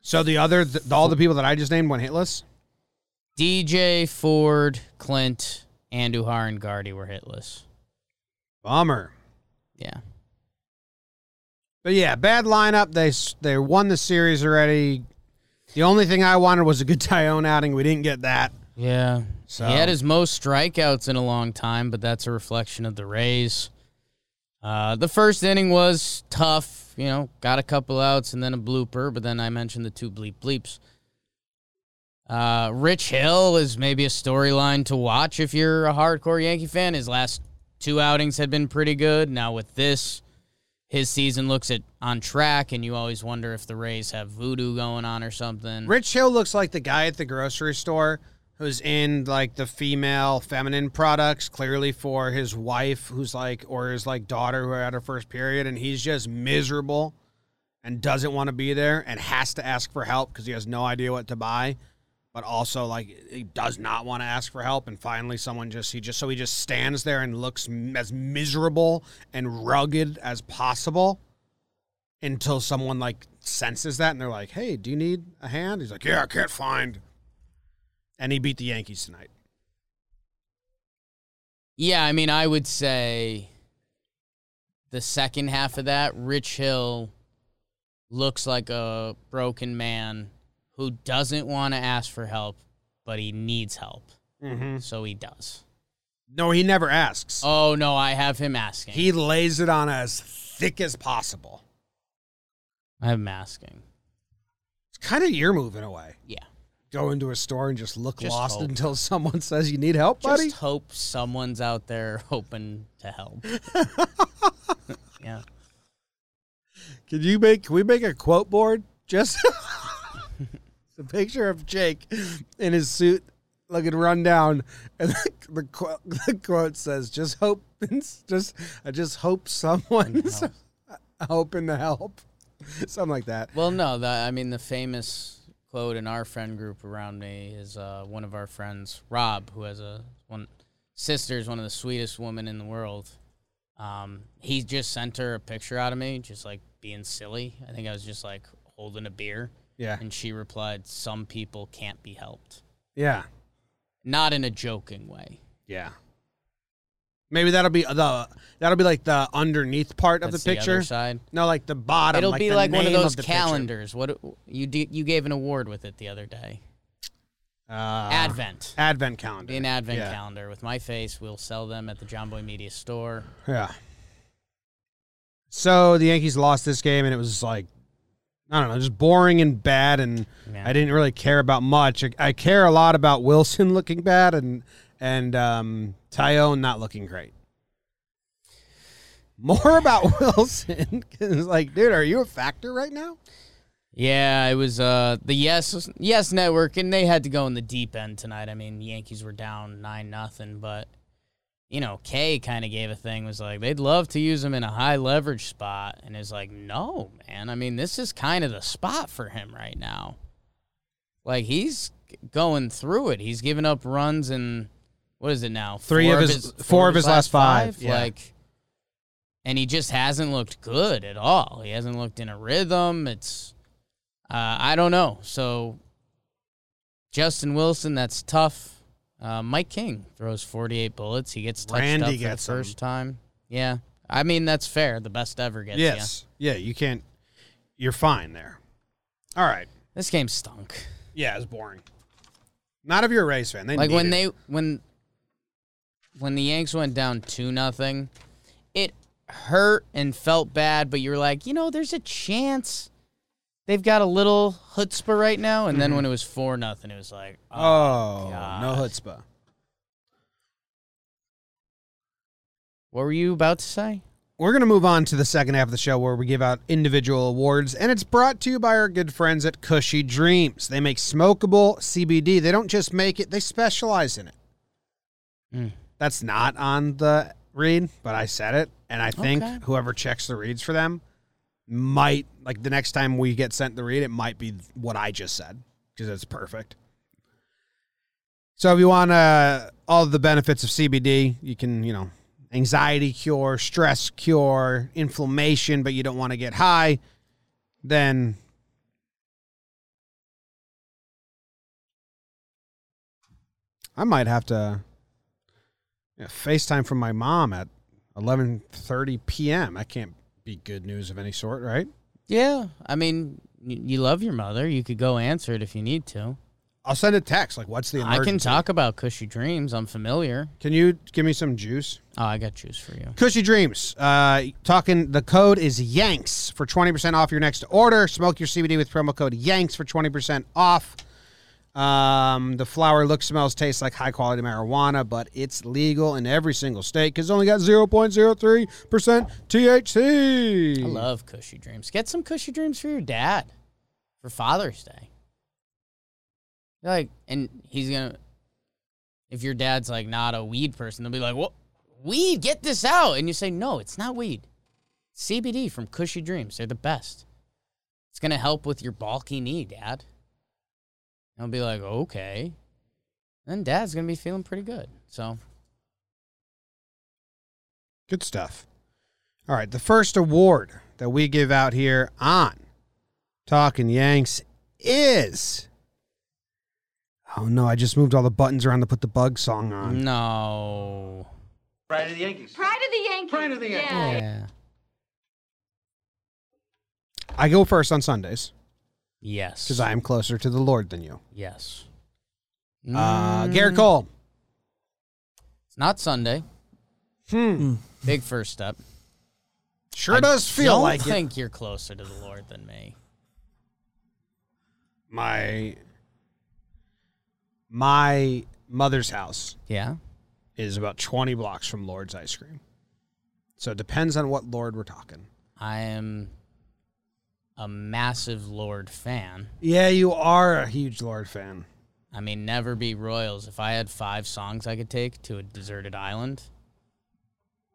So the other, th all the people that I just named went hitless. DJ Ford, Clint, Andujar, and Guardy were hitless. Bummer. Yeah. But yeah, bad lineup. They s- they won the series already. The only thing I wanted was a good Tyone outing. We didn't get that. Yeah. So He had his most strikeouts in a long time, but that's a reflection of the Rays. Uh, the first inning was tough, you know, got a couple outs and then a blooper, but then I mentioned the two bleep bleeps. Uh, Rich Hill is maybe a storyline to watch if you're a hardcore Yankee fan. His last two outings had been pretty good. Now with this, his season looks at on track, and you always wonder if the Rays have voodoo going on or something. Rich Hill looks like the guy at the grocery store who's in like the female feminine products, clearly for his wife, who's like, or his like daughter who had her first period, and he's just miserable and doesn't want to be there and has to ask for help because he has no idea what to buy. But also, like, he does not want to ask for help. And finally, someone just, he just, so he just stands there and looks m- as miserable and rugged as possible until someone like senses that and they're like, "Hey, do you need a hand?" He's like, "Yeah, I can't find." And he beat the Yankees tonight. Yeah, I mean, I would say the second half of that, Rich Hill looks like a broken man who doesn't want to ask for help, but he needs help. So he does. No, he never asks. Mm-hmm. Oh, no, I have him asking. He lays it on as thick as possible. I have him asking. It's kind of your move in a way. Yeah. Go into a store and just look Just lost hope. until (laughs) someone says you need help, buddy. Just hope someone's out there hoping to (laughs) help. yeah. Can you make? Can we make a quote board? Just (laughs) It's a picture of Jake in his suit, looking run down, and the, the, quote, the quote says, "Just hope, (laughs) just I just hope someone's (laughs) hoping to help." Something like that. Well, no, the, I mean the famous quote in our friend group around me is uh, one of our friends, Rob, who has a one sister is one of the sweetest women in the world. Um, he just sent her a picture out of me, just like being silly. I think I was just like holding a beer, Yeah, and she replied, "Some people can't be helped," yeah, not in a joking way. yeah. Maybe that'll be the that'll be like the underneath part of That's the picture. other side. no, like the bottom. It'll be the like one of name those the picture. calendars. What you d- you gave an award with it the other day? Uh, Advent. Advent calendar. Be an advent Yeah. calendar with my face. We'll sell them at the John Boy Media store. Yeah. So the Yankees lost this game, and it was like, I don't know, just boring and bad, and Yeah. I didn't really care about much. I, I care a lot about Wilson (laughs) looking bad and and um, Tyone not looking great. More about (laughs) Wilson because, like, dude, are you a factor right now? Yeah, it was uh the Yes Yes Network, and they had to go in the deep end tonight. I mean, Yankees were down nine nothing, but you know, Kay kind of gave a thing was like they'd love to use him in a high leverage spot, and it's like no, man. I mean, this is kind of the spot for him right now. Like he's going through it. He's giving up runs and what is it now? Three of his- four of his last five, yeah. Like, and he just hasn't looked good at all. He hasn't looked in a rhythm. It's uh, I don't know. So Justin Wilson, that's tough. Uh, Mike King throws 48 bullets. He gets touched Randy up for gets the him. first time. Yeah, I mean that's fair. The best ever gets. ya. Yeah, you can't. You're fine there. All right. This game stunk. Yeah, it's boring. Not if you're a Rays fan. They like need when it. they when when the Yanks went down two nothing, it hurt and felt bad, but you were like, you know, there's a chance they've got a little chutzpah right now. And Mm-hmm. then when it was four nothing, it was like, oh, Oh, no God. chutzpah. what were you about to say? We're going to move on to the second half of the show where we give out individual awards, and it's brought to you by our good friends at Cushy Dreams. They make smokable CBD. They don't just make it, they specialize in it. Mm. That's not on the read, but I said it, and I think Okay. whoever checks the reads for them might, like the next time we get sent the read, it might be what I just said because it's perfect. So if you want uh, all the benefits of CBD, you can, you know, anxiety cure, stress cure, inflammation, but you don't want to get high, then I might have to yeah, FaceTime from my mom at 11:30 p.m. That can't be good news of any sort, right? Yeah, I mean, y- you love your mother. You could go answer it if you need to. I'll send a text like what's the I emergency? can talk about cushy dreams. I'm familiar. Can you give me some juice? Oh, I got juice for you. Cushy Dreams. Uh, talking the code is Yanks for twenty percent off your next order. Smoke your CBD with promo code Yanks for twenty percent off. Um, the flower looks, smells, tastes like high quality marijuana, but it's legal in every single state because it's only got zero point zero three percent THC. I love cushy dreams. Get some cushy dreams for your dad for Father's Day. You're like, and he's gonna. If your dad's like not a weed person, they'll be like, "What weed? Get this out!" And you say, "No, it's not weed. CBD from Cushy Dreams. They're the best. It's gonna help with your bulky knee, Dad." And I'll be like, "Okay." Then Dad's gonna be feeling pretty good. So Good stuff. All right, the first award that we give out here on Talking Yanks is. Oh no! I just moved all the buttons around to put the bug song on. no. Pride of the Yankees. Pride of the Yankees. Pride of the Yankees. Yeah. Yeah. I go first on Sundays Yes. because I am closer to the Lord than you. Yes. Uh, Mm, Garrett Cole. It's not Sunday. Hmm. Big first step. Sure I does feel don't like think you're closer to the Lord than me. it. My my mother's house Yeah. is about twenty blocks from Lord's ice cream, so it depends on what Lord we're talking. I am a massive Lord fan. Yeah, you are a huge Lord fan. I mean, never be Royals. If I had five songs I could take to a deserted island,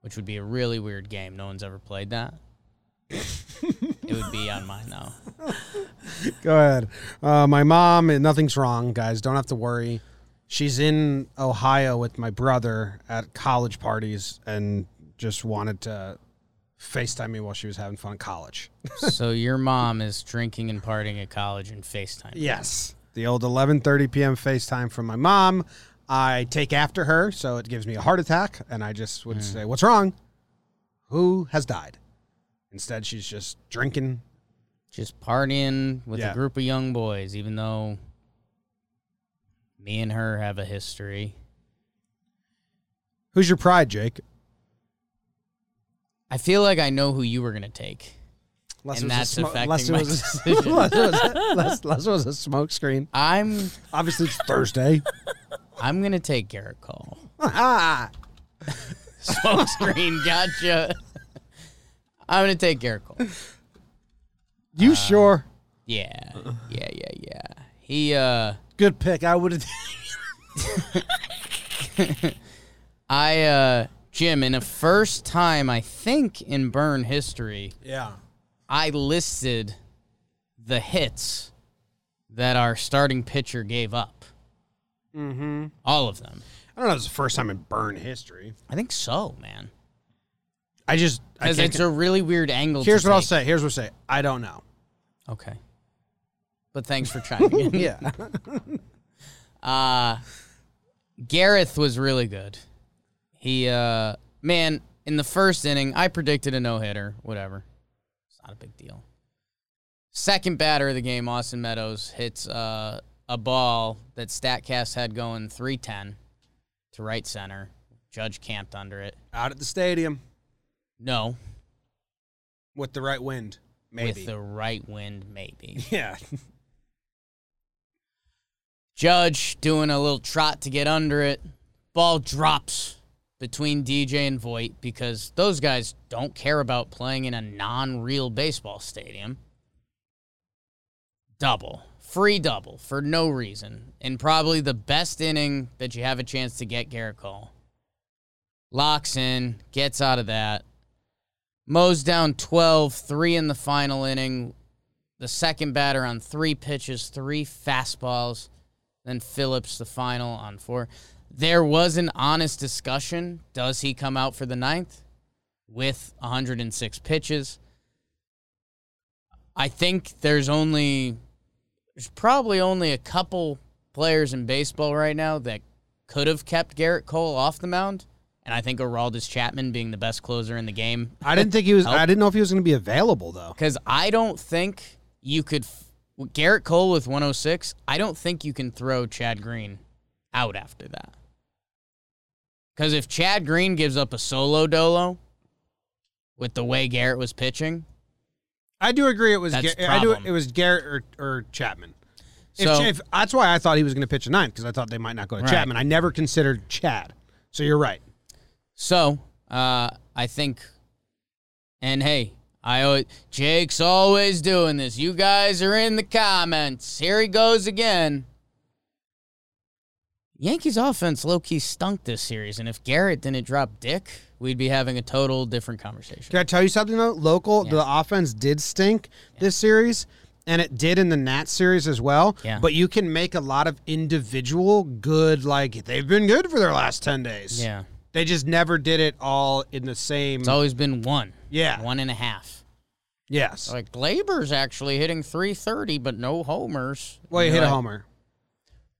which would be a really weird game. No one's ever played that. it would be on mine now. Go ahead. Uh, my mom, and nothing's wrong, guys. Don't have to worry. She's in Ohio with my brother at college parties and just wanted to FaceTime me while she was having fun in college. so your mom is drinking and partying at college and FaceTime. Yes. The old 11:30 p.m. FaceTime from my mom. I take after her, so it gives me a heart attack and I just would say, "What's wrong? Who has died?" Instead, she's just drinking. just partying with Yeah. a group of young boys, even though me and her have a history. Who's your pride, Jake? I feel like I know who you were gonna take. And Unless it was a that's affecting unless it my (laughs) was a- decision. unless it was a- unless- unless it was a smoke screen. I'm Obviously, (laughs) it's Thursday. I'm gonna take Garrett Cole. Ah, Smoke screen, (laughs) gotcha. I'm gonna take Garrett Cole. you sure? Yeah, yeah, yeah, yeah. He uh, Good pick. I (laughs) would have. I uh, Jim, in a first time I think in Burn history, yeah. I listed the hits that our starting pitcher gave up. Mm-hmm. All of them. I don't know. It's the first time in burn history. I think so, man. I just. I Because can't it's a really weird angle. to Here's what I'll take. say. Here's what I'll say. I don't know. Okay. But thanks for chiming in. (laughs) Yeah. Uh, Gareth was really good. He, uh, man, in the first inning, I predicted a no hitter. Whatever. It's not a big deal. Second batter of the game, Austin Meadows hits uh, a ball that Statcast had going 310 to right center. Judge camped under it. (laughs) Out at the stadium No, with the right wind, maybe. with the right wind, maybe. (laughs) yeah. Judge doing a little trot to get under it. Ball drops between DJ and Voight because those guys don't care about playing in a non real baseball stadium. Double. Free double for no reason. And probably the best inning that you have a chance to get Garrett Cole. Locks in, gets out of that. Mows down 12, three in the final inning. The second batter on three pitches, three fastballs then Phillips the final on four. There was an honest discussion. Does he come out for the ninth with 106 pitches? I think there's only, there's probably only a couple players in baseball right now that could have kept Garrett Cole off the mound. And I think Araldis Chapman being the best closer in the game. I didn't think he was. Help. I didn't know if he was going to be available though. Because I don't think you could. F- with Garrett Cole with 106, I don't think you can throw Chad Green out after that. Because if Chad Green gives up a solo dolo with the way Garrett was pitching, I do agree it was. That's Gar- I do. problem. It was Garrett or, or Chapman. If, so Cha- if- that's why I thought he was going to pitch a ninth because I thought they might not go to Right. Chapman. I never considered Chad. So you're right. so uh, I think, and hey, I always, Jake's always doing this. You guys are in the comments. Here he goes again. Yankees offense low key stunk this series, and if Garrett didn't drop Dick, we'd be having a total different conversation. Can I tell you something though? Local, Yeah. the offense did stink this series, and it did in the Nats series as well. Yeah. But you can make a lot of individual good, like they've been good for their last ten days. Yeah, They just never did it all in the same. it's always been one, yeah. one and a half. Yes. Like Glaber's actually hitting 330, but no homers. well, you You're hit a like- homer.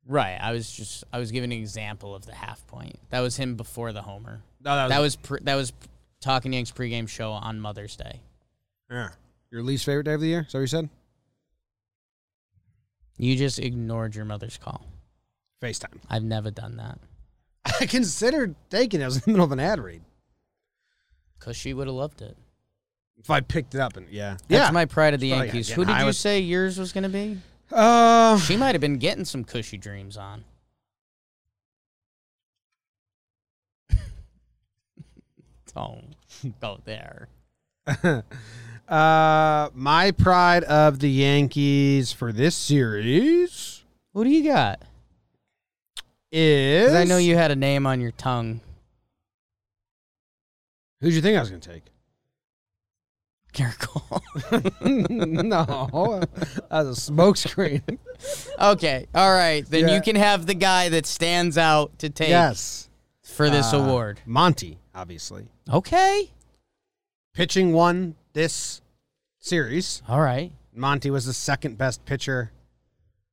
Right. I was just I was giving an example of the half point. That was him before the homer. No, that was, That was pre- that was Talking Yanks pregame show on Mother's Day. yeah. your least favorite day of the year. Is that what you said? You just ignored your mother's call. FaceTime. (laughs) I've never done that I considered taking it. I was in the middle of an ad read. because she would have loved it. If I picked it up and yeah, That's yeah. my pride of the probably Yankees. gotta Who get did high you with- say yours was going to be? uh, She might have been getting some cushy dreams on. (laughs) Don't go there. uh, my pride of the Yankees for this series What do you got? is. Because I know you had a name on your tongue, Who'd you think I was going to take? (laughs) Gargoyle. no, that was a smokescreen. okay, all right. Then Yeah. you can have the guy that stands out to take yes, for this Uh, award. Monty, obviously Okay. pitching one this series. All right. Monty was the second best pitcher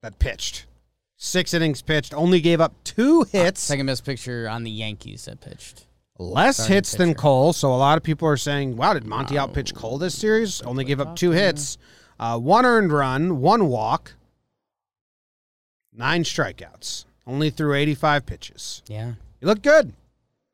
that pitched. Six innings pitched, only gave up two hits, Second best picture on the Yankees that pitched. less starting hits than pitcher. Cole. So a lot of people are saying, "Wow, did Monty outpitch Cole this series? Only gave up two hits, uh, one earned run, one walk, nine strikeouts, only threw 85 pitches. Yeah. He looked good.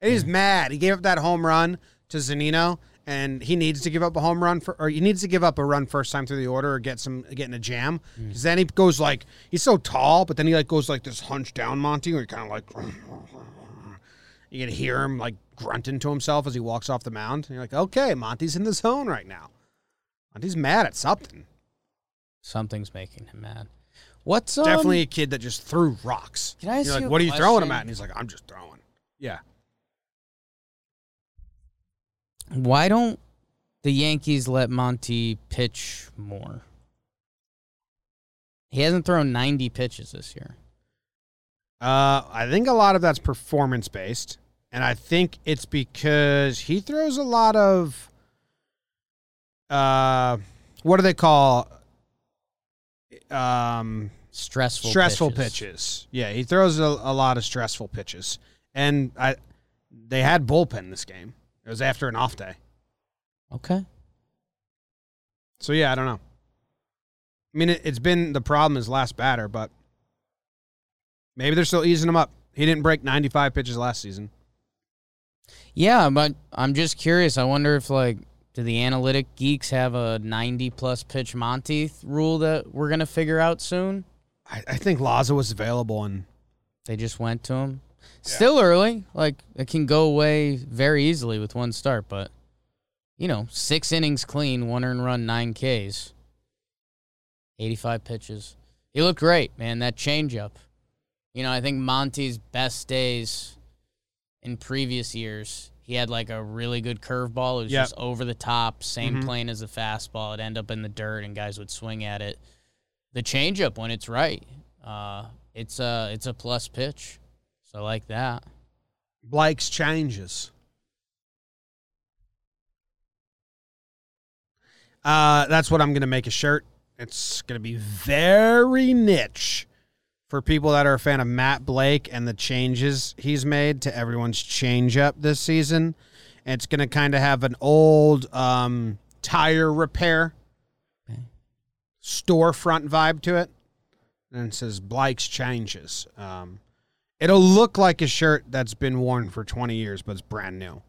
And he's mad. He gave up that home run to Zanino, and he needs to give up a home run for, or he needs to give up a run first time through the order, or get some, get in a jam. Because then he goes like, he's so tall, but then he like goes like this hunched down Monty, where he kind of like, (laughs) you can hear him like grunting to himself as he walks off the mound. And you're like, okay, Monty's in the zone right now. Monty's mad at something. Something's making him mad. What's um, Definitely a kid that just threw rocks. Can I ask you're like, you a what are you throwing him question? at? And he's like, I'm just throwing. Yeah. Why don't the Yankees let Monty pitch more? He hasn't thrown 90 pitches this year. Uh, I think a lot of that's performance based, and I think it's because he throws a lot of, uh, what do they call, um, Stressful stressful pitches. pitches. Yeah, he throws a, a lot of stressful pitches, and I, they had bullpen this game. It was after an off day, Okay. so yeah, I don't know. I mean, it, it's been the problem is last batter, but Maybe they're still easing him up. He didn't break 95 pitches last season. Yeah, but I'm just curious. I wonder if like do the analytic geeks have a 90 plus pitch Monty th- rule that we're gonna figure out soon? I, I think Laza was available and They just went to him. Still early. Like it can go away very easily with one start, but you know, six innings clean, one earned run, nine Ks, 85 pitches. He looked great, man. That changeup. You know, I think Monty's best days in previous years, he had like a really good curveball. It was Yep. just over the top, same plane as the fastball. It'd end up in the dirt, and guys would swing at it. The changeup, when it's right, uh, it's a it's a plus pitch. So I like that. Blake's changes. Uh, that's what I'm going to make a shirt. It's going to be very niche for people that are a fan of Matt Blake and the changes he's made to everyone's change up this season. It's going to kind of have an old um, tire repair storefront vibe to it. And it says Blake's changes. Um, It'll look like a shirt that's been worn for 20 years, but it's brand new.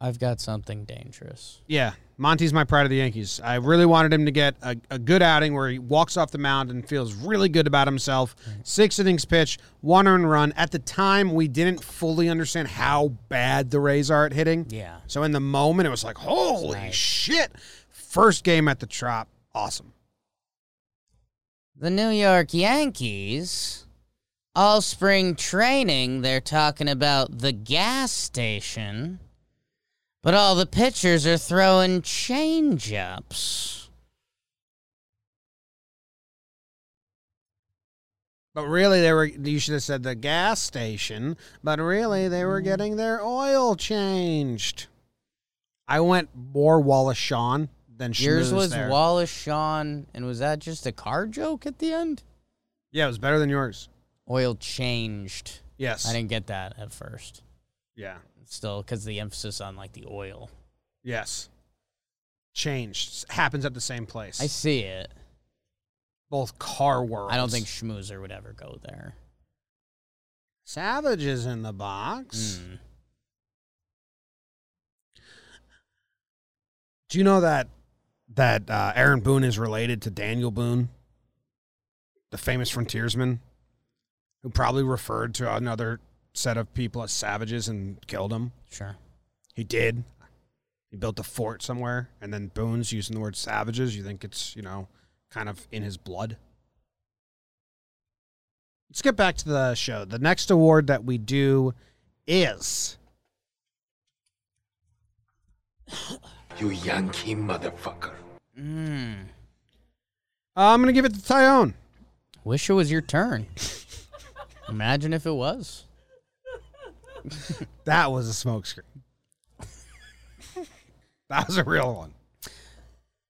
I've got something dangerous. Yeah, Monty's my pride of the Yankees. I really wanted him to get a, a good outing where he walks off the mound and feels really good about himself. Six innings pitch, one earned run. At the time, we didn't fully understand how bad the Rays are at hitting. Yeah. So in the moment, it was like, holy Nice. shit. First game at the Trop, awesome. The New York Yankees, all spring training, they're talking about the gas station, but all the pitchers are throwing changeups. But really, they were. You should have said the gas station. But really, they Mm. were getting their oil changed. I went more Wallace Shawn than Schmooze Yours was there. Wallace Shawn, and was that just a car joke at the end? yeah, it was better than yours. Oil changed. Yes. I didn't get that at first. yeah. Still, because the emphasis on like the oil. Yes. Changed happens at the same place. I see it. Both car worlds. I don't think Schmoozer would ever go there. Savage is in the box. Mm. Do you know that that uh, Aaron Boone is related to Daniel Boone, the famous frontiersman, who probably referred to another set of people as savages and killed them? Sure. He did. He built a fort somewhere, and then Boone's using the word savages. You think it's you know kind of in his blood. Let's get back to the show. The next award that we do is. You Yankee motherfucker. Mm. Uh, I'm going to give it to Tyone. Wish it was your turn. Imagine if it was. That was a (laughs) smokescreen. that was a real one.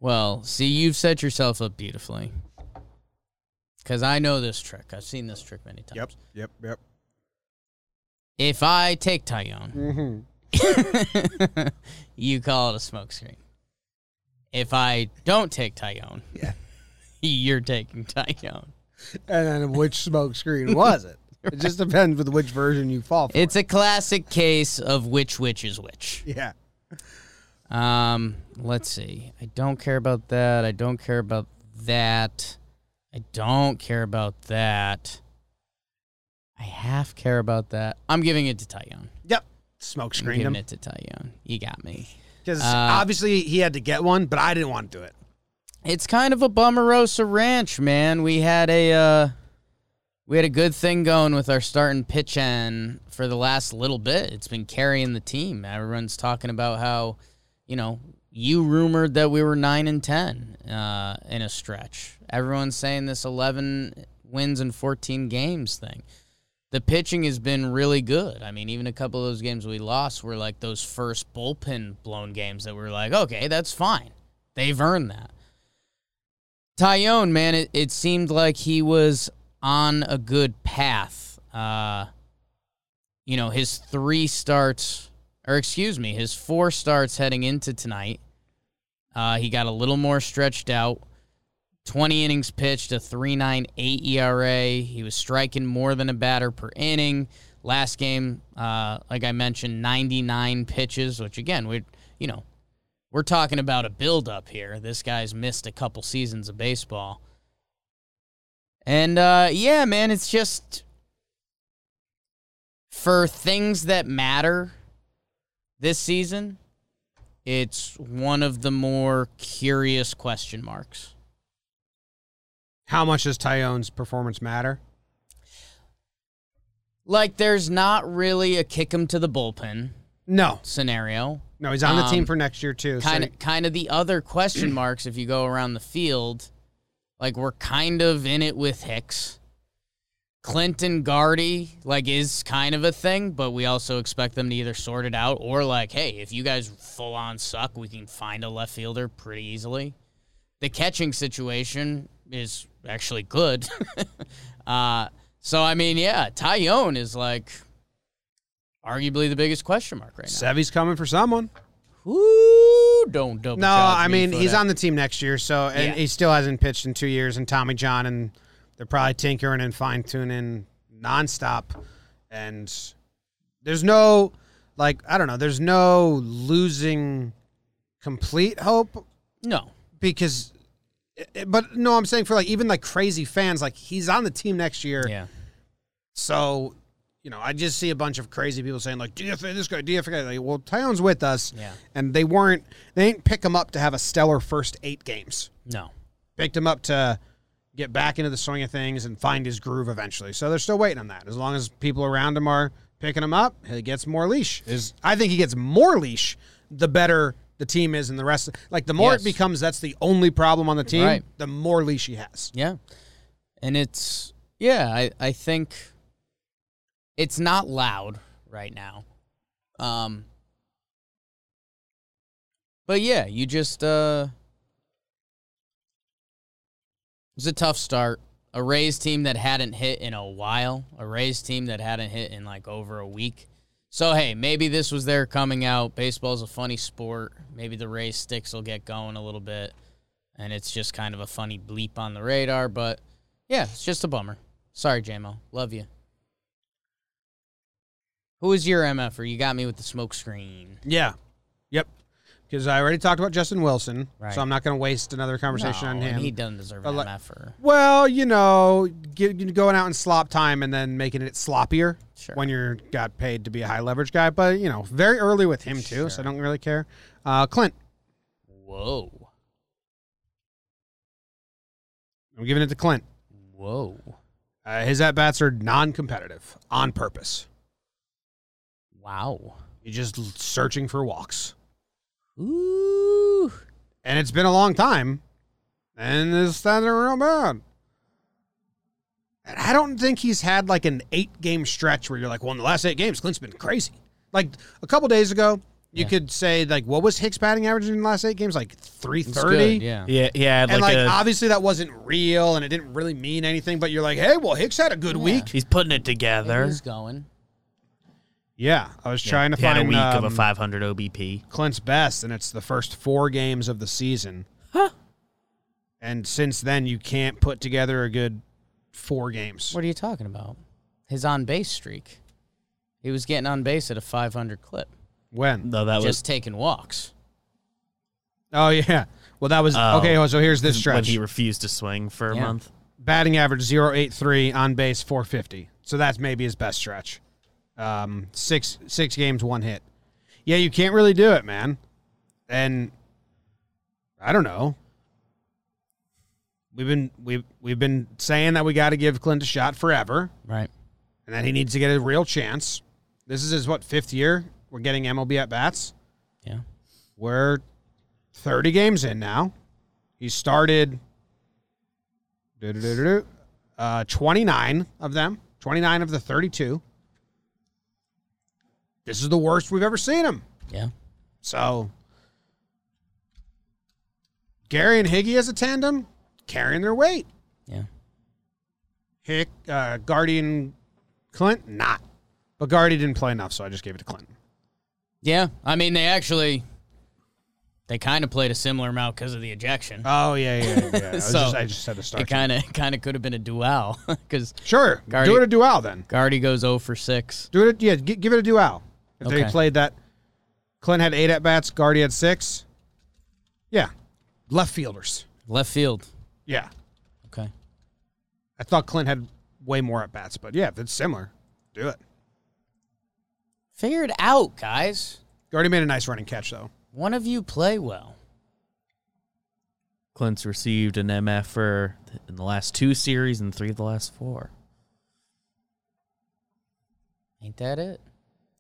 Well, see, you've set yourself up beautifully. Because I know this trick. I've seen this trick many times. Yep. Yep. If I take Tyone, Mm-hmm. (laughs) you call it a smokescreen. If I don't take Tyone, Yeah. (laughs) you're taking Tyone. And then which smokescreen was (laughs) it? It just depends with which version you fall for. It's a classic case of which which is which. yeah. Um, let's see. I don't care about that. I don't care about that. I don't care about that. I half care about that. I'm giving it to Tyone. Yep. I'm Smokescreened giving him it to Tyone. You got me. because Uh, obviously he had to get one, but I didn't want to do it. It's kind of a bummerosa ranch, man. We had a uh, we had a good thing going with our starting pitch end for the last little bit. It's been carrying the team. Everyone's talking about how, you know, you rumored that we were nine and ten uh, in a stretch. Everyone's saying this eleven wins in fourteen games thing. The pitching has been really good. I mean, even a couple of those games we lost were like those first bullpen blown games that we were like, okay, that's fine. They've earned that. Tyone, man, it, it seemed like he was on a good path. Uh, you know, his three starts, or excuse me, his four starts heading into tonight, uh, he got a little more stretched out. 20 innings pitched, a 3.98 ERA. E He was striking more than a batter per inning. Last game, uh, like I mentioned, 99 pitches, which again, we you know, we're talking about a buildup here. This guy's missed a couple seasons of baseball. And uh, yeah, man, it's just for things that matter this season, it's one of the more curious question marks. How much does Tyone's performance matter? Like, there's not really a kick him to the bullpen No, scenario. no, he's on the team Um, for next year too. so kind of kind of the other (clears throat) question marks if you go around the field like we're kind of in it with hicks clinton guardy like is kind of a thing but we also expect them to either sort it out or like hey if you guys full on suck we can find a left fielder pretty easily the catching situation is actually good (laughs) uh, so i mean yeah tyone is like arguably the biggest question mark right now Sevy's coming for someone. Ooh, don't double. No, judge I me mean for he's that. on the team next year, so and Yeah. he still hasn't pitched in two years. And Tommy John and they're probably tinkering and fine tuning nonstop. And there's no like I don't know. There's no losing complete hope No, because. eh, But no, I'm saying for like even like crazy fans, like he's on the team next year. yeah, So, you know, I just see a bunch of crazy people saying like DFA this guy, DFA guy. Like, well, Tyone's with us, Yeah. and they weren't. They didn't pick him up to have a stellar first eight games. no. Picked him up to get back into the swing of things and find his groove eventually. So they're still waiting on that. As long as people around him are picking him up, he gets more leash. Is I think he gets more leash the better the team is and the rest. Like the more Yes. it becomes that's the only problem on the team, Right. the more leash he has. Yeah. And it's yeah, I, I think it's not loud right now. Um But yeah, you just uh it was a tough start. A Rays team that hadn't hit in a while, a Rays team that hadn't hit in like over a week. So hey, maybe this was their coming out. Baseball's a funny sport. Maybe the Rays sticks will get going a little bit and it's just kind of a funny bleep on the radar. But yeah, it's just a bummer. Sorry, JMO. Love you. Who is your MFer? You got me with the smoke screen. Yeah. Yep. Because I already talked about Justin Wilson, Right. so I'm not going to waste another conversation No, on and him. He doesn't deserve an er. Ele- MFer. well, you know, gi- you know, going out in slop time and then making it sloppier Sure. when you're got paid to be a high leverage guy. But you know, very early with him too, so I don't really care. Uh, Clint, Whoa. I'm giving it to Clint. Whoa. Uh, his at bats are non-competitive on purpose. Wow. You're just l- searching for walks, Ooh. and it's been a long time, and it's standing real bad. And I don't think he's had like an eight game stretch where you're like, well, in the last eight games, Clint's been crazy. Like a couple days ago, you Yeah. could say like, what was Hicks batting average in the last eight games? Like three It's thirty. good, Yeah. Yeah, yeah. Like, And like, a, obviously that wasn't real and it didn't really mean anything. But you're like, hey, well, Hicks had a good Yeah. week. he's putting it together. He's going. Yeah, I was trying to he find had a week of a um, 500 OBP. Clint's best, and it's the first four games of the season. And since then, you can't put together a good four games. What are you talking about? His on base streak. He was getting on base at a 500 clip, When? No, that just taking walks. Oh yeah. Well, that was Oh. okay. So here's this was when stretch: he refused to swing for a Yeah. month. batting average 0.83, on base 450. So that's maybe his best stretch. Um, six six games, one hit. Yeah, you can't really do it, man. And I don't know. We've been we've we've been saying that we got to give Clint a shot forever. Right. and that he needs to get a real chance. This is his what fifth year we're getting MLB at bats. Yeah. We're thirty games in now. He started do-do-do-do-do, uh, twenty nine of them, twenty nine of the thirty two. This is the worst we've ever seen him. Yeah. So Gary and Higgy as a tandem carrying their weight. Yeah. Hick, uh, Guardian, Clint, not. But Guardy didn't play enough, so I just gave it to Clint. Yeah, I mean they actually They kind of played a similar amount because of the ejection. Oh yeah, (laughs) yeah, yeah. yeah. I, was So, just, I just had to start. it kind (laughs) of kind of could have been a duel (laughs) because sure, Guardi- do it a dual then. Guardy goes 0 for six. Do it. Yeah, gi- give it a dual. If they Okay. played that, Clint had eight at bats. Guardy had six. Yeah, left fielders. Left field. Yeah, Okay. I thought Clint had way more at bats, but yeah, if it's similar, do it. Figure it out, guys. Guardy made a nice running catch though. One of you play well. Clint's received an MF for in the last two series and three of the last four. Ain't that it?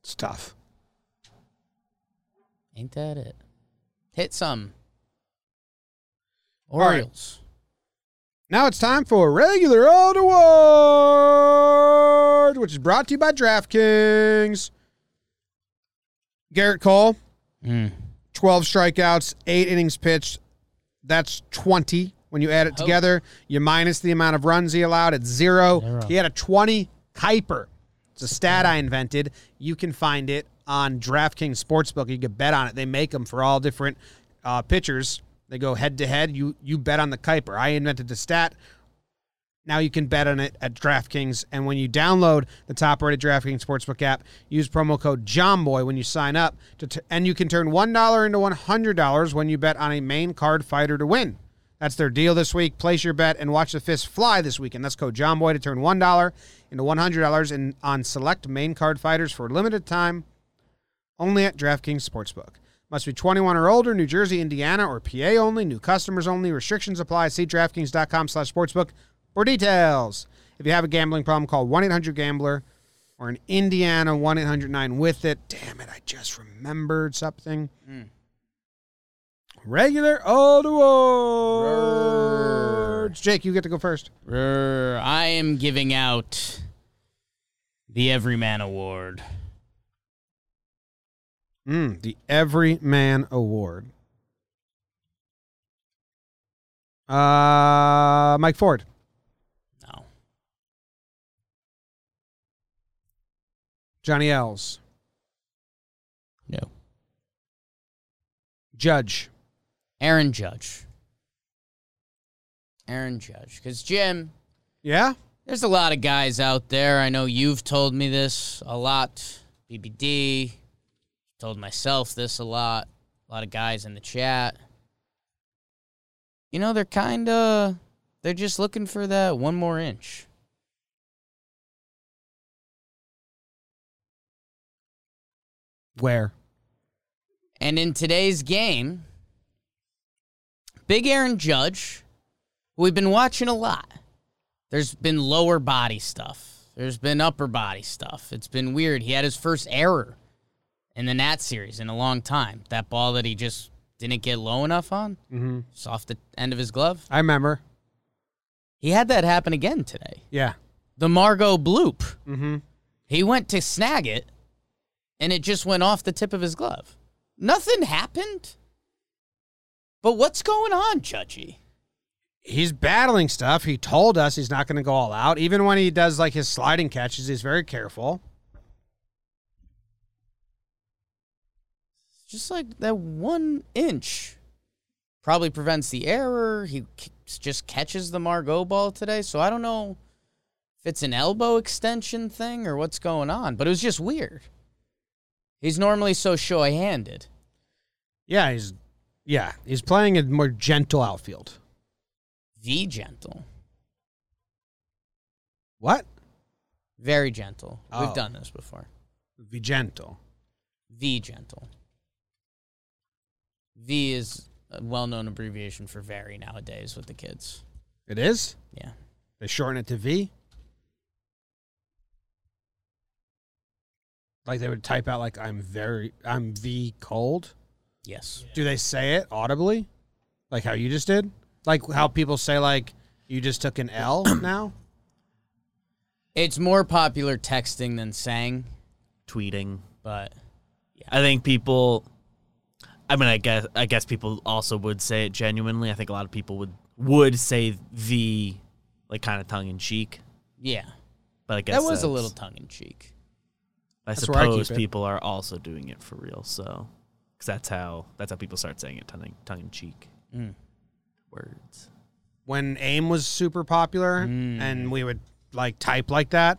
It's tough. Ain't that it? Hit some. right. Orioles. Now it's time for regular old award, which is brought to you by DraftKings. Garrett Cole, Mm. 12 strikeouts, eight innings pitched. That's 20. When you add it Oh. together, you minus the amount of runs he allowed. It's zero. Zero. He had a 20 Kuiper. It's a stat I invented. You can find it on DraftKings Sportsbook. You can bet on it. They make them for all different uh, pitchers. They go head to head. You you bet on the Kuiper. I invented the stat. Now you can bet on it at DraftKings. And when you download the top rated DraftKings Sportsbook app, use promo code JOMBOY when you sign up. To t- and you can turn $1 into $100 when you bet on a main card fighter to win. That's their deal this week. Place your bet and watch the fist fly this weekend. That's code JOMBOY to turn $1 into $100 in, on select main card fighters for a limited time only at DraftKings Sportsbook. Must be 21 or older, New Jersey, Indiana, or PA only. New customers only. Restrictions apply. See DraftKings.com slash sportsbook for details. If you have a gambling problem, call 1-800-GAMBLER or in Indiana, 1-800-9-WITH-IT. Damn it, I just remembered something. Regular old awards. Jake, you get to go first. Rrr, I am giving out the Everyman Award. Mm, the Everyman Award. Uh, Mike Ford. No. Johnny Ells, No. Judge, Aaron Judge. Aaron Judge. Because, Jim, yeah, there's a lot of guys out there. I know you've told me this a lot. BBD told myself this a lot. A lot of guys in the chat. You know, they're kind of, they're just looking for that one more inch. where? And in today's game, Big Aaron Judge, who we've been watching a lot. There's been lower body stuff. There's been upper body stuff. It's been weird. He had his first error in the Nat series in a long time. That ball that he just didn't get low enough on, Mm-hmm. it's off the end of his glove. I remember. He had that happen again today. Yeah. The Margot bloop. Mm-hmm. He went to snag it, and it just went off the tip of his glove. Nothing happened. But what's going on, Judgy? He's battling stuff. He told us he's not going to go all out. Even when he does like his sliding catches, he's very careful. Just like that one inch probably prevents the error. He k- just catches the Margot ball today. So I don't know if it's an elbow extension thing or what's going on, but it was just weird. He's normally so showy handed. Yeah, he's yeah he's playing a more gentle outfield. The gentle. What? Very gentle. Oh. We've done this before. Vigento. V gentle. V is a well known abbreviation for very nowadays with the kids. It is. Yeah. They shorten it to V. Like they would type out like I'm very I'm V cold. Yes. Do they say it audibly? Like how you just did? Like how people say like you just took an L now? It's more popular texting than saying, Tweeting. but I think people. I mean, I guess I guess people also would say it genuinely. I think a lot of people would would say the like kind of tongue in cheek, yeah. but I guess That was a that's- little tongue in cheek. I That's where I keep suppose it. people are also doing it for real. So because that's how that's how people start saying it tongue tongue in cheek. Mm. Words. when AIM was super popular and we would like type like that.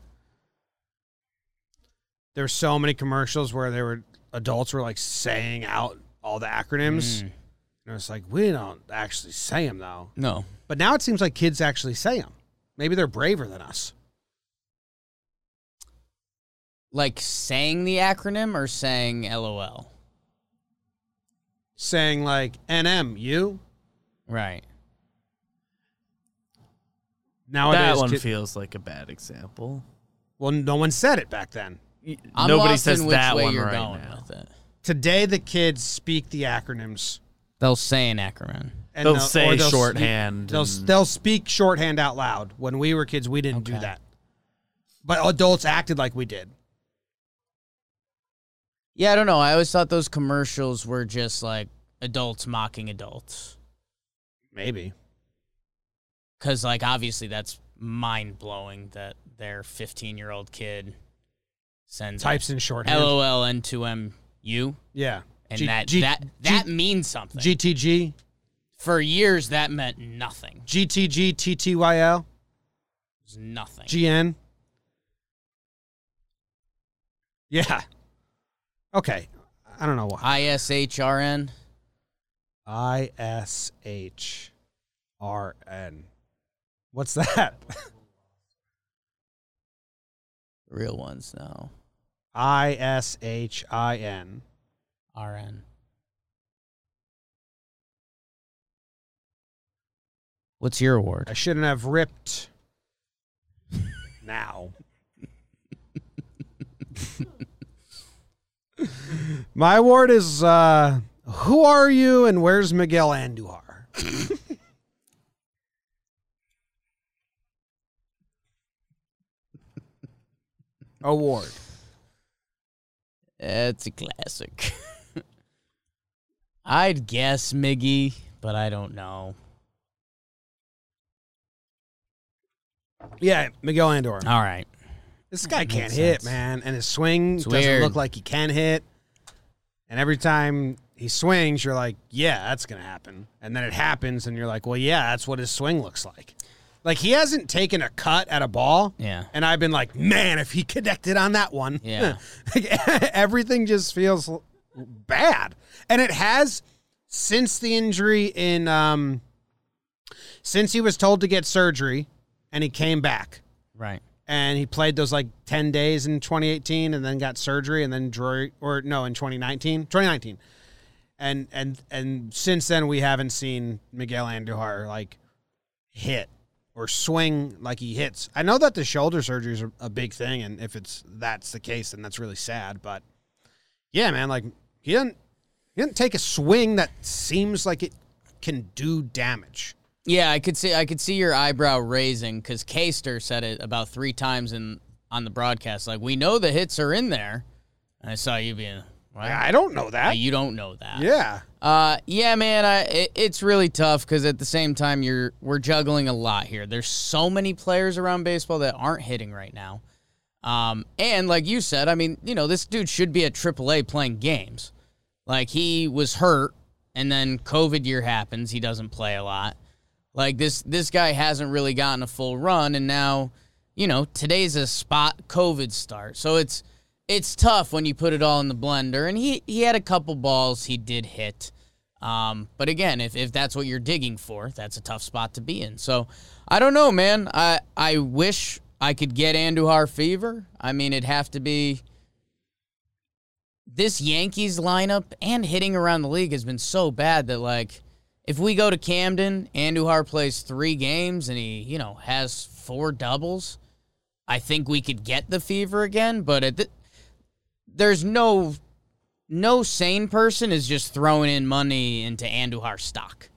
There were so many commercials where they were adults were like saying out all the acronyms. And it's like, we don't actually say them though. No. But now it seems like kids actually say them. Maybe they're braver than us. Like saying the acronym or saying LOL? Saying like NM, you. Right. Nowadays, that one kid- feels like a bad example. well, no one said it back then. Y- I'm Nobody lost says in which that way one you're right going now. with it. Today, the kids speak the acronyms. They'll say an acronym. And They'll or say they'll shorthand Speak, they'll and- they'll speak shorthand out loud. When we were kids, we didn't do Okay. that, but adults acted like we did. Yeah, I don't know. I always thought those commercials were just like adults mocking adults. Maybe Cause like obviously that's mind blowing that their 15 year old kid sends types in shorthand. LOL into MU. Yeah, And G- that, G- that, that means something. G- GTG For years, that meant nothing. It GTG TTYL was nothing. GN. Yeah. Okay. I don't know why. ISHRN. I S H R N. What's that? (laughs) Real ones, no. I S H I N. RN. What's your award? I shouldn't have ripped now. My award is uh, Who Are You and Where's Miguel Andujar? (laughs) award. That's a classic. (laughs) I'd guess Miggy, but I don't know. Yeah, Miguel Andujar. All right. This guy can't Makes hit, sense. man, and his swing It's doesn't weird. look like he can hit. And every time he swings, you're like, "Yeah, that's gonna happen." And then it happens, and you're like, "Well, yeah, that's what his swing looks like." Like he hasn't taken a cut at a ball, Yeah. and I've been like, "Man, if he connected on that one, Yeah. (laughs) Like, everything just feels l- bad." And it has since the injury in, um, since he was told to get surgery, and he came back Right. and he played those like 10 days in 2018 and then got surgery and then Drury or no in 2019 2019 and and and since then we haven't seen Miguel Andujar like hit or swing like he hits I know that the shoulder surgery is a- a big thing and if it's that's the case then that's really sad but yeah man like he didn't he didn't take a swing that seems like it can do damage Yeah, I could see I could see your eyebrow raising because Kaster said it about three times in on the broadcast. Like we know the hits are in there. And I saw you being I, "What? I don't know that you don't know that. yeah Uh, yeah, man, I, it, it's really tough because at the same time you're we're juggling a lot here. There's so many players around baseball that aren't hitting right now, um, and like you said, I mean, you know, this dude should be at AAA playing games. Like he was hurt, and then COVID year happens, he doesn't play a lot. Like this this guy hasn't really gotten a full run, and now, you know, today's a spot COVID start, so it's. It's tough when you put it all in the blender, and he, he had a couple balls he did hit. Um, but again, if, if that's what you're digging for, that's a tough spot to be in. So I don't know, man. I I wish I could get Andujar fever. I mean, it'd have to be this Yankees lineup and hitting around the league has been so bad that like if we go to Camden, Andujar plays three games and he you know has four doubles. I think we could get the fever again, but at th- there's no no sane person is just throwing in money into Andujar stock.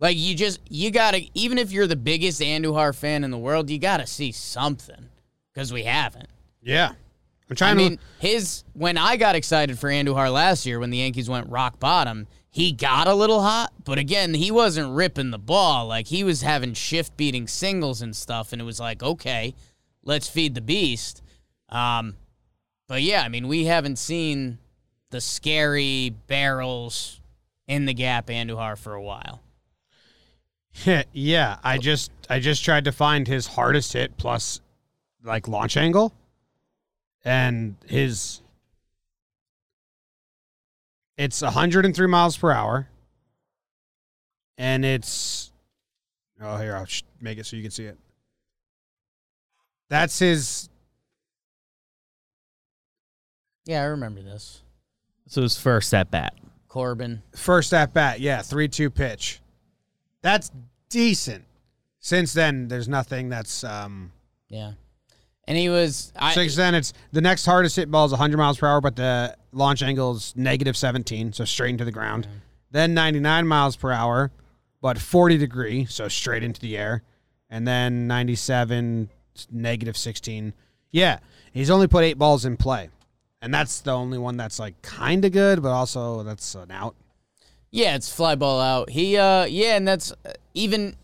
Like you just you gotta even if you're the biggest Andujar fan in the world, you gotta see something because we haven't. yeah I'm I trying to mean, his when I got excited for Andujar last year when the Yankees went rock bottom, he got a little hot, but again, he wasn't ripping the ball. Like he was having shift beating singles and stuff, and it was like, okay, let's feed the beast. Um, but yeah, I mean, we haven't seen the scary barrels in the gap Anduhar for a while. yeah, I just I just tried to find his hardest hit plus like launch angle and his it's 103 miles per hour and it's oh here I'll sh- make it so you can see it. That's his Yeah, I remember this. So his first at bat. Corbin. first at bat. Yeah, 3-2 pitch. That's decent. Since then there's nothing that's um Yeah. And he was I Six then it's the next hardest hit ball is 100 miles per hour, but the launch angle is negative 17, so straight into the ground. Then 99 miles per hour, but 40 degree, so straight into the air. And then 97, s- negative 16. Yeah, he's only put eight balls in play, and that's the only one that's like kind of good, but also that's an out. Yeah, it's fly ball out. He uh yeah, and that's uh, even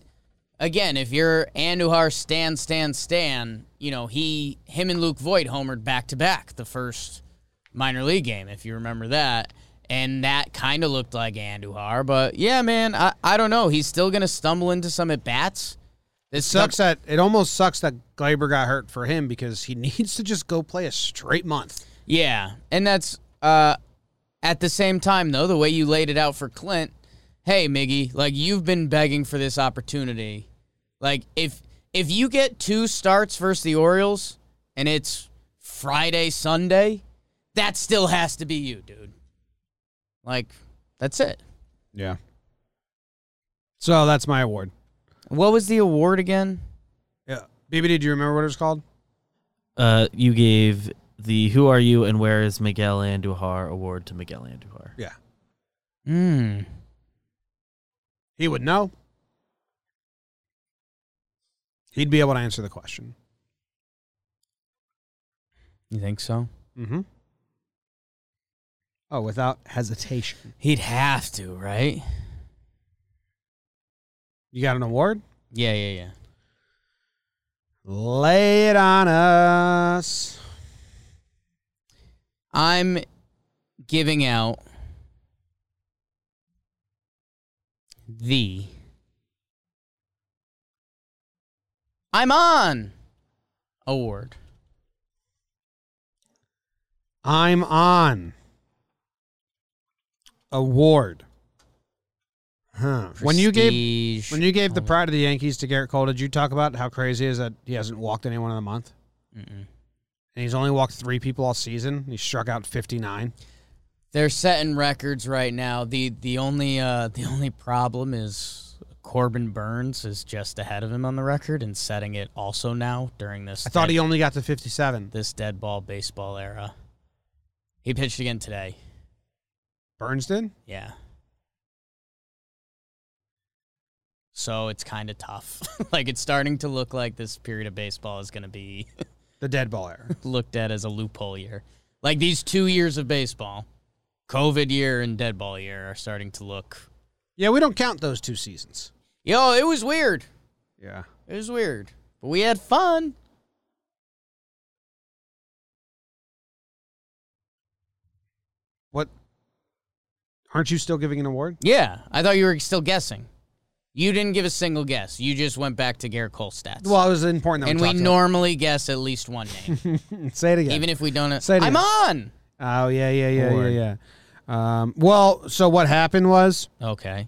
again, if you're Anduhar Stan Stan Stan, you know, he him and Luke Voigt homered back to back the first minor league game, if you remember that. And that kind of looked like Anduhar, but yeah, man, I, I don't know. He's still gonna stumble into some at bats. This Sucks that it almost sucks that Glaber got hurt for him because he (laughs) needs to just go play a straight month. Yeah, and that's uh, at the same time though the way you laid it out for Clint. Hey, Miggy, like you've been begging for this opportunity. Like if if you get two starts versus the Orioles and it's Friday Sunday, that still has to be you, dude. Like that's it. Yeah. So that's my award. What was the award again? Yeah. BBD, do you remember what it was called? Uh, you gave the Who Are You and Where is Miguel Andujar award to Miguel Andujar. Yeah. Hmm. He would know. He'd be able to answer the question. You think so? Mm-hmm. Oh, without hesitation. He'd have to, right? You got an award? Yeah, yeah, yeah. Lay it on us. I'm giving out the I'm on award. I'm on. Award. Huh. When you gave Prestige. when you gave the pride of the Yankees to Garrett Cole, did you talk about how crazy it is that he hasn't walked anyone in a month? Mm-mm. and he's only walked three people all season. He struck out 59. they're setting records right now. the The only uh, the only problem is Corbin Burns is just ahead of him on the record and setting it also now during this. I thought dead- he only got to 57. this dead ball baseball era. He pitched again today. Burns did? Yeah. So it's kind of tough. (laughs) like it's starting to look like this period of baseball is going to be (laughs) The dead ball error. looked at as a loophole year. Like these two years of baseball, COVID year and dead ball year, are starting to look. (laughs) yeah, we don't count those two seasons. Yo, it was weird. Yeah. It was weird, but we had fun. What? Aren't you still giving an award? Yeah, I thought you were still guessing. You didn't give a single guess. You just went back to Garrett Cole stats. Well, it was important that and we, we normally guess at least one (laughs) name, norm- Say it again. even if we don't. Say it I'm again. on. oh, yeah, yeah, yeah, Award. yeah, yeah. Um, well, so what happened was Okay.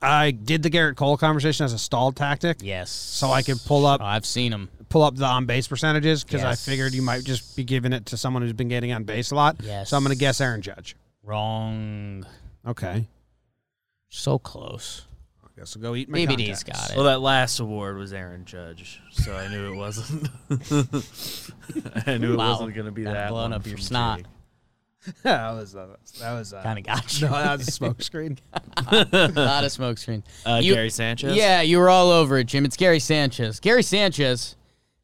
I did the Garrett Cole conversation as a stalled tactic. Yes. So I could pull up Oh, I've seen him. pull up the on base percentages because Yes. I figured you might just be giving it to someone who's been getting on base a lot. Yes. So I'm going to guess Aaron Judge. Wrong. Okay. So close. I guess we'll go eat my BBD's contacts. got it. Well, that last award was Aaron Judge, so I knew it wasn't. (laughs) I knew Wow. it wasn't going to be Kinda that. blown one up your from snot. Jake. (laughs) that was that was that was uh, (laughs) kind of (laughs) got you. no, that (laughs) was a smoke screen. a lot of smoke screen. (laughs) Uh, You- Gary Sanchez. Yeah, you were all over it, Jim. It's Gary Sanchez. Gary Sanchez,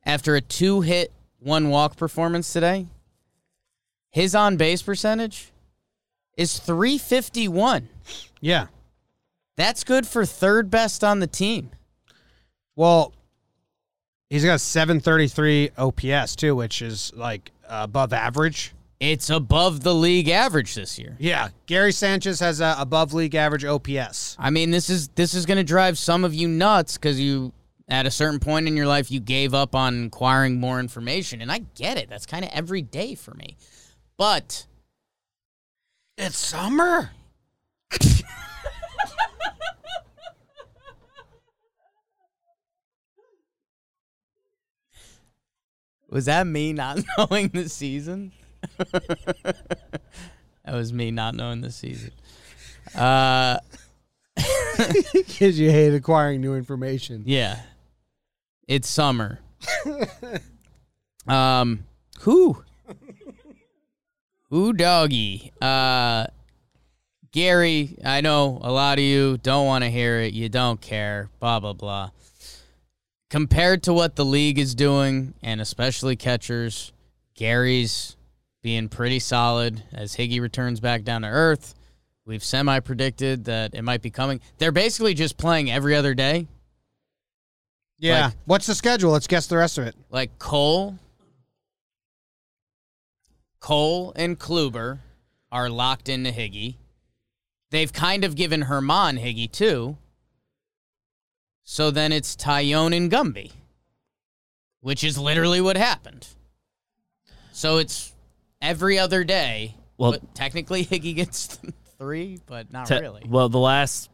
after a two hit, one walk performance today, his on base percentage is 351. Yeah. That's good for third best on the team. Well, he's got a 733 OPS too, which is like above average. It's above the league average this year. Yeah, Gary Sanchez has a above league average OPS. I mean, this is this is going to drive some of you nuts because you, at a certain point in your life, you gave up on inquiring more information, and I get it. That's kind of every day for me, but It's summer. was that me not (laughs) knowing the season? (laughs) that was me not knowing the season. Uh, (laughs) Because you hate acquiring new information. yeah, it's summer. um, who? Who doggy? Uh, Gary, I know a lot of you don't want to hear it. You don't care. Blah blah blah. Compared to what the league is doing, and especially catchers, Gary's being pretty solid as Higgy returns back down to earth. We've semi predicted that it might be coming. They're basically just playing every other day. Yeah. Like- What's the schedule? Let's guess the rest of it. like Cole, Cole and Kluber are locked into Higgy. They've kind of given Herman Higgy too. So then it's Tyone and Gumby, which is literally what happened. So it's every other day. Well- but technically (laughs) Higgy gets three, but not Te- really. Well, the last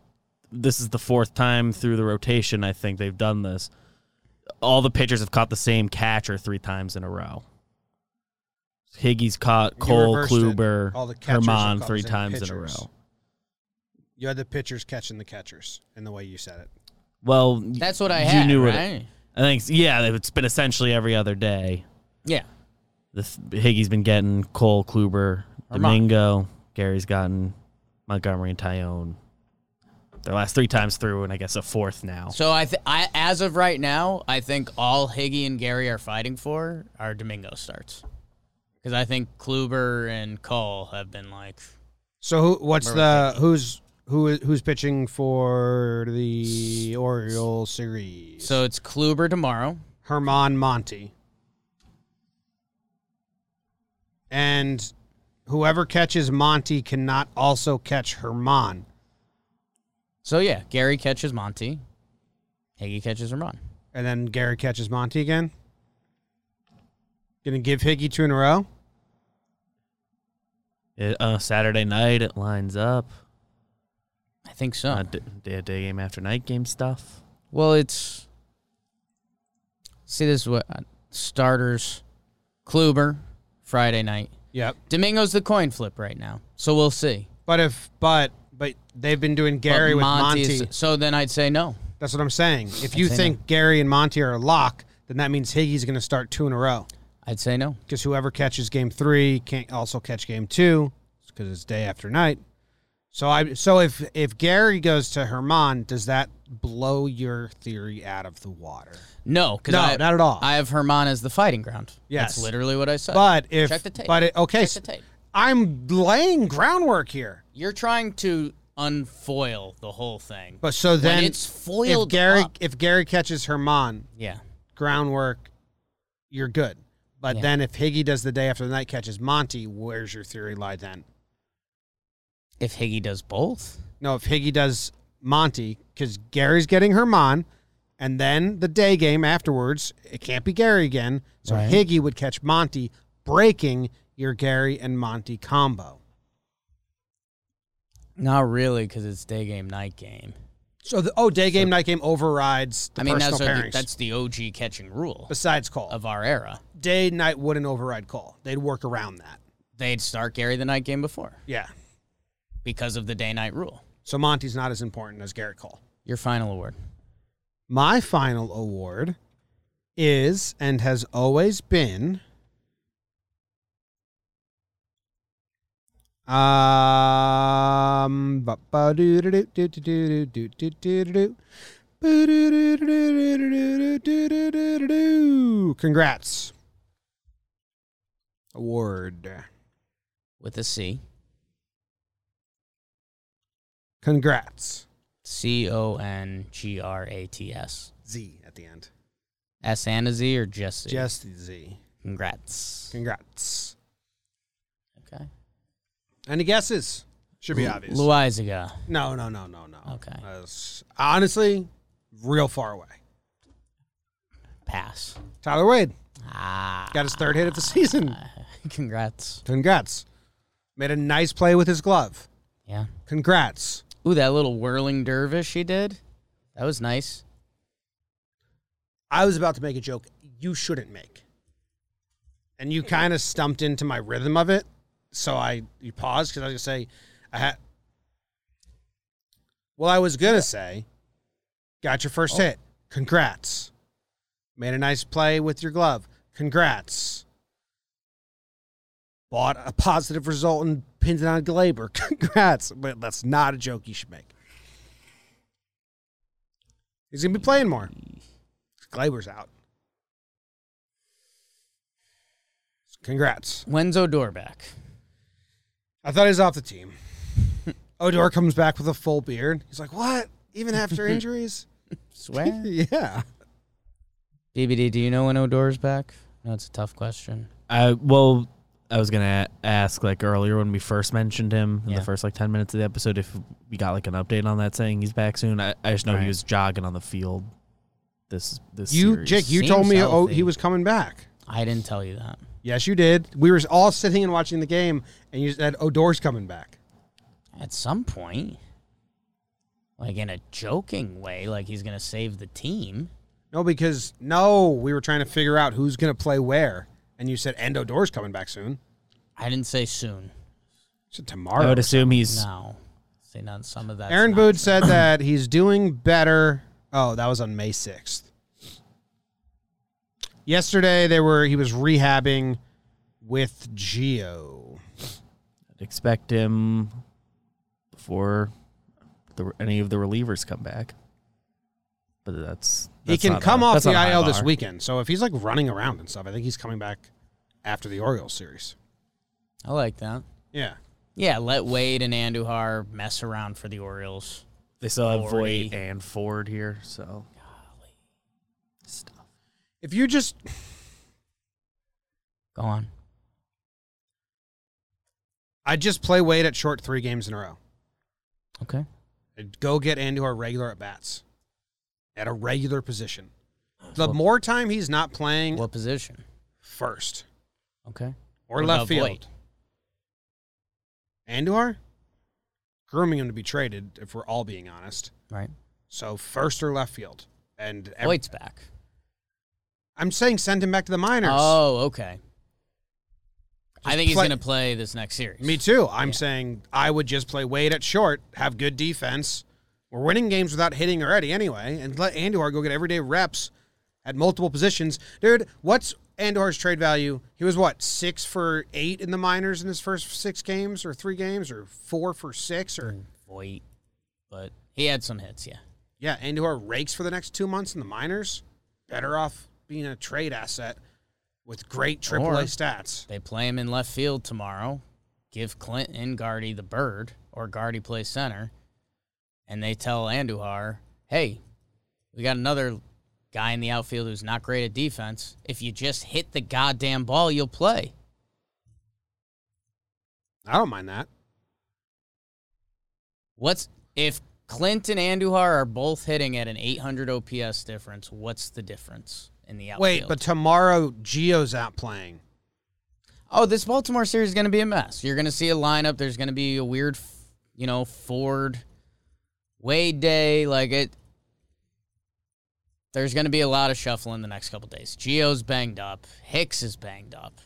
this is the fourth time through the rotation I think they've done this. All the pitchers have caught the same catcher three times in a row. Higgy's caught Cole reversed it. Kluber, All the catchers have Herman caught three the same times in a pitchers. row. You had the pitchers catching the catchers in the way you said it. Well, y- That's what I you had. knew what it- right? I think s- yeah, it's been essentially every other day. yeah. This Higgy's been getting Cole Kluber, Herman. Domingo, Gary's gotten Montgomery and Tyone. Their last three times through, and I guess a fourth now. So I, th- I, as of right now, I think all Higgy and Gary are fighting for are Domingo starts, because I think Kluber and Cole have been like So who, what's Where the who's who is who's pitching for the Orioles series? so. It's Kluber tomorrow. Herman Monty. And whoever catches Monty cannot also catch Herman. So yeah, Gary catches Monty, Higgy catches Herman. And then Gary catches Monty again. Gonna give Higgy two in a row. It, uh, Saturday night, it lines up. I think so. Uh, d- day, day game after night game stuff. well, it's see this is what uh, starters Kluber Friday night. Yep. Domingo's the coin flip right now, so we'll see. But if but but they've been doing But Gary with Monty. is- so then I'd say no. That's what I'm saying. If you say think no. Gary and Monty are a lock, then that means Higgy's gonna start two in a row. I'd say no. because whoever catches game three can't also catch game two because it's day after night. So I so if if Gary goes to Herman, does that blow your theory out of the water? No, because No, I, not at all. I have Herman as the fighting ground. Yes. that's literally what I said. But if check the tape. but it, okay, Check the tape. I'm laying groundwork here. you're trying to unfoil the whole thing. But so then it's foiled If Gary up. if Gary catches Herman, yeah, groundwork, you're good. But Yeah. then if Higgy does the day after the night catches Monty, where's your theory lie then? if Higgy does both, No, if Higgy does Monty, because Gary's getting Herman, and then the day game afterwards, it can't be Gary again. So Right. Higgy would catch Monty, breaking your Gary and Monty combo. not really, because it's day game, night game. So the oh day game night game overrides the I mean, personal that's pairings. the, that's the OG catching rule Besides call, of our era. day night wouldn't override call. They'd work around that. They'd start Gary the night game before Yeah. because of the day night rule. So Monty's not as important as Garrett Cole. Your final award. My final award is and has always been um ba- ba- doo- doo- doo- doo- doo- doo- doo- doo- doo- doo. Boo- doo- doo- doo- doo- doo- doo- doo- doo- doo- doo- doo. Congrats. Award. With a C, Congrats. C O N G R A T S. Z at the end. S and a Z or just C? Just Z. Congrats. Congrats. Okay. Any guesses? Should be obvious. Luizaga. No, no, no, no, no. Okay. Uh, s- honestly, real far away. Pass. Tyler Wade Ah. got his third hit of the season. Uh, (laughs) Congrats. Congrats. Made a nice play with his glove. Yeah. Congrats. Ooh, that little whirling dervish he did. That was nice. I was about to make a joke you shouldn't make. And you kind of stumped into my rhythm of it. So I you paused because I was going to say, I had. Well, I was going to say, got your first hit. Congrats. Made a nice play with your glove. Congrats. Bought a positive result and pinned it on Glaber. (laughs) Congrats. But that's not a joke you should make. He's going to be playing more. Glaber's out. Congrats. When's Odor back? I thought he was off the (laughs) team. Odor comes back with a full beard. He's like, what? Even (laughs) after injuries? (laughs) Swear. yeah. BBD, do you know when Odor's back? No, it's a tough question. I well, I was gonna a- ask like earlier when we first mentioned him in Yeah. the first like ten minutes of the episode if we got like an update on that saying he's back soon. I, I just know Right. he was jogging on the field. This this You, series. Jake, you Seems told me oh, healthy. he was coming back. I didn't tell you that. Yes, you did. We were all sitting and watching the game, and you said Odor's coming back. At some point, like in a joking way, like he's going to save the team. No, because no, we were trying to figure out who's going to play where. And you said, and Odor's coming back soon. You I didn't say soon. said I tomorrow. would assume he's No. Say not some of that. Aaron Boone said that he's doing better. Oh, that was on May 6th. Yesterday they were he was rehabbing with Geo. expect him before the, any of the relievers come back. But that's, He that's can not come a- off that's the not a high IL this bar. weekend. So if he's like running around and stuff, I think he's coming back after the Orioles series. I like that. Yeah. Yeah, let Wade and Andujar mess around for the Orioles. They still have Forty. Voight and Ford here, so If you just Go on. I just play Wade at short 3 games in a row. Okay. I'd go get Andujar regular at bats at a regular position. The more time he's not playing What position? first Okay. or What left about field. Voit? Andujar, grooming him to be traded, if we're all being honest. Right. So first or left field. And ev- Voight's back. I'm saying send him back to the minors. Oh, okay. I think he's play- going to play this next series. Me too. I'm saying I would just play Wade at short, have good defense. We're winning games without hitting already anyway, and let Andujar go get everyday reps at multiple positions. Dude, what's Andujar's trade value? He was what, six for eight in the minors in his first six games or three games or four for six or Voight, but he had some hits. Yeah. Yeah, Andujar rakes for the next two months in the minors. Better off being a trade asset with great Or- AAA stats. They play him in left field tomorrow. Give Clint and Guardy the bird, or Guardy plays center, and they tell Andujar, "Hey, we got another guy in the outfield who's not great at defense. If you just hit the goddamn ball, you'll play." I don't mind that. What's if Clint and Andujar are both hitting at an 800 OPS difference? What's the difference in the outfield? Wait, but tomorrow Geo's out playing. oh, this Baltimore series is going to be a mess. You're going to see a lineup. There's going to be a weird, f- you know, Ford Wade day. Like it, there's going to be a lot of shuffling the next couple days. Geo's banged up. Hicks is banged up.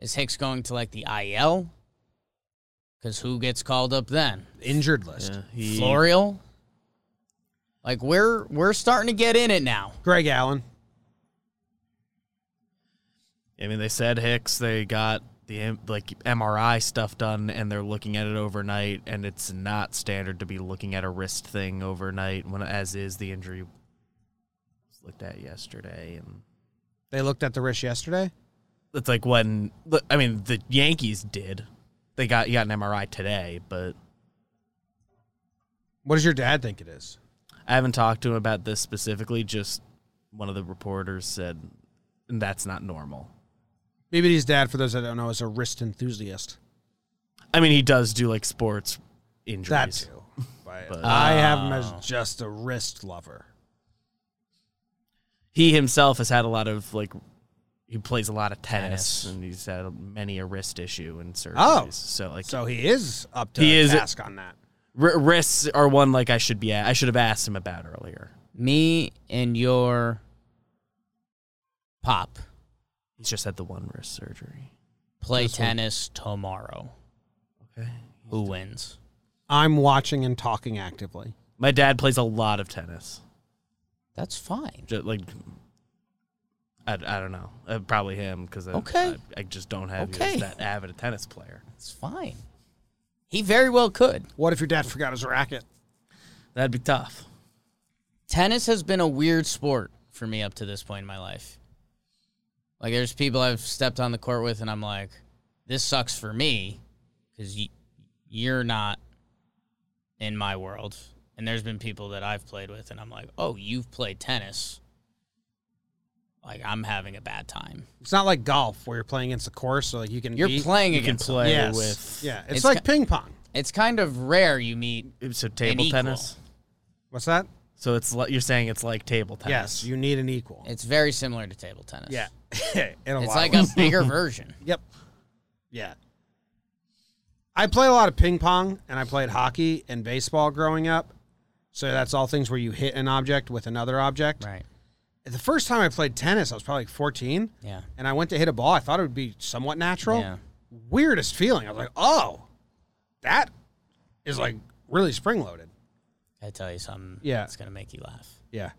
Is Hicks going to like the IL? Because who gets called up then? Injured list. yeah, he, Florial. Like we're we're starting to get in it now. Greg Allen. I mean, they said Hicks. They got the M- like MRI stuff done, and they're looking at it overnight. And it's not standard to be looking at a wrist thing overnight, when as is the injury was looked at yesterday. And They looked at the wrist yesterday. it's like when I mean the Yankees did. They got you got an MRI today, but What does your dad think it is? I haven't talked to him about this specifically. Just one of the reporters said that's not normal. BBD's dad, for those that don't know, is a wrist enthusiast. I mean, he does do like sports injuries. That too. (laughs) But uh, I have him as just a wrist lover. he himself has had a lot of like he plays a lot of tennis, Tennis. and he's had many a wrist issue and surgeries. Oh. so like So he is up to He the is- task on that. wri- wrists are one like I should be. At. I should have asked him about earlier. Me and your pop He's just had the one wrist surgery. play tennis tomorrow. Okay. Who wins? I'm watching and talking actively. My dad plays a lot of tennis. That's fine. Just like I, I don't know. Uh, probably him because Okay. I, I just don't have you Okay. as that avid a tennis player. It's fine. He very well could. What if your dad forgot his racket? That'd be tough. tennis has been a weird sport for me up to this point in my life. Like, there's people I've stepped on the court with, and I'm like, this sucks for me because y- you're not in my world. And there's been people that I've played with, and I'm like, oh, you've played tennis. Like, I'm having a bad time. It's not like golf where you're playing against the course, so like you can You're beat- playing You can against. play yes. with Yeah, it's, It's like ki- ping pong. It's kind of rare you meet. so table equal. tennis. What's that? So it's li- you're saying it's like table tennis. Yes, you need an equal. It's very similar to table tennis. yeah, (laughs) In a lot It's of like (laughs) ways. a bigger version. Yep. Yeah. I play a lot of ping pong and I played hockey and baseball growing up. So that's all things where you hit an object with another object. Right. The first time I played tennis, I was probably like 14 Yeah. and I went to hit a ball. I thought it would be somewhat natural. Yeah. Weirdest feeling. I was like, oh, that is like really spring loaded. I tell you something. Yeah. It's going to make you laugh. Yeah.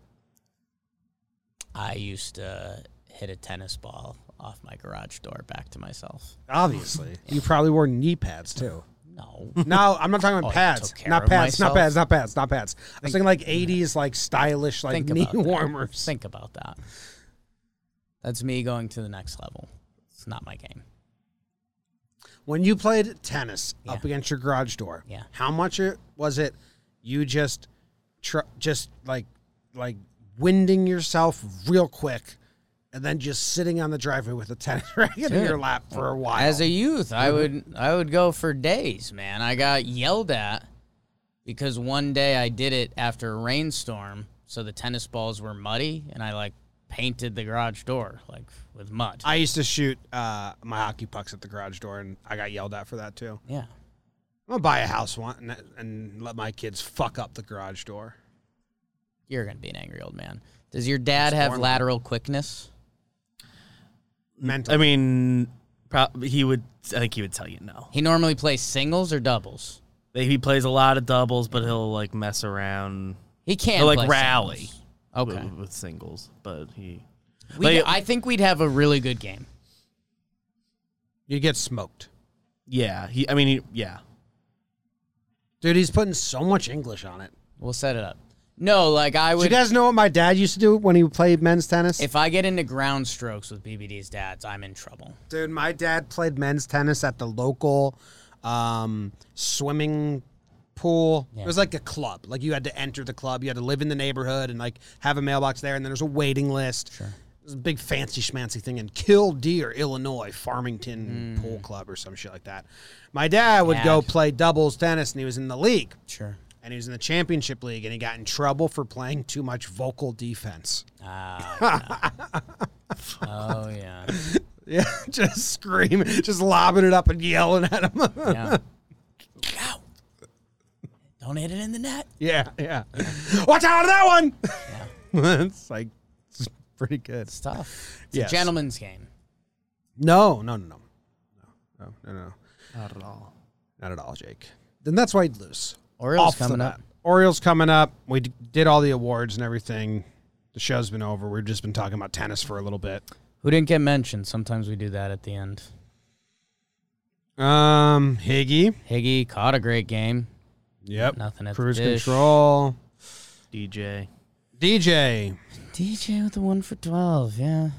I used to hit a tennis ball off my garage door back to myself. (laughs) Obviously. you probably wore knee pads too. No. (laughs) No, I'm not talking about Oh, I pads. took care Not of pads, not myself. pads, not pads, not pads. I was thinking like 80s, like stylish, like Think knee about that. warmers. Think about that. That's me going to the next level. It's not my game. When you played tennis up Yeah. against your garage door, Yeah. how much it was it you just tr- just like like winding yourself real quick and then just sitting on the driveway with a tennis (laughs) racket in your Dude. lap for a while. As a youth, I would I would go for days, man. I got yelled at because one day I did it after a rainstorm, so the tennis balls were muddy and I like painted the garage door like with mud. I used to shoot uh, my hockey pucks at the garage door and I got yelled at for that too. yeah. I'm gonna buy a house one and, and let my kids fuck up the garage door. You're going to be an angry old man. Does your dad have lateral quickness? Mentally. I mean, prob- he would. I think he would tell you no. He normally plays singles or doubles. He plays a lot of doubles, but he'll like mess around He can't He'll, like, play rally. singles. wi- Okay, with, singles. But he, we, Like- I think we'd have a really good game. you get smoked. yeah, he. I mean, he, yeah. Dude, he's putting so much English on it. We'll set it up. No, like I Do you would. guys know what my dad used to do when he played men's tennis? If I get into ground strokes with BBD's dads, I'm in trouble. Dude, my dad played men's tennis at the local um, swimming pool. It was like a club. Like you had to enter the club, you had to live in the neighborhood and like have a mailbox there, and then there's a waiting list. Sure. It was a big fancy schmancy thing in Killdeer, Illinois, Farmington Pool Club or some shit like that. My dad would go Dad. play doubles tennis and he was in the league Sure. and he was in the championship league and he got in trouble for playing too much vocal defense. (laughs) Oh (laughs) yeah. Yeah, just screaming, just lobbing it up and yelling at him. yeah. Ow. Don't hit it in the net. Yeah, yeah. Watch out on that one. (laughs) it's like it's pretty good. It's tough. It's Yes. a gentleman's game. No, no, no, no, no, no, no, Not at all. not at all, Jake. Then that's why he'd lose. Orioles the coming bat. up. Orioles coming up. We d- did all the awards and everything. The show's been over. We've just been talking about tennis for a little bit. Who didn't get mentioned? Sometimes we do that at the end. Um, Higgy. Higgy caught a great game. Yep. Nothing at the Cruise dish. control. DJ. DJ. DJ with the one for twelve. Yeah.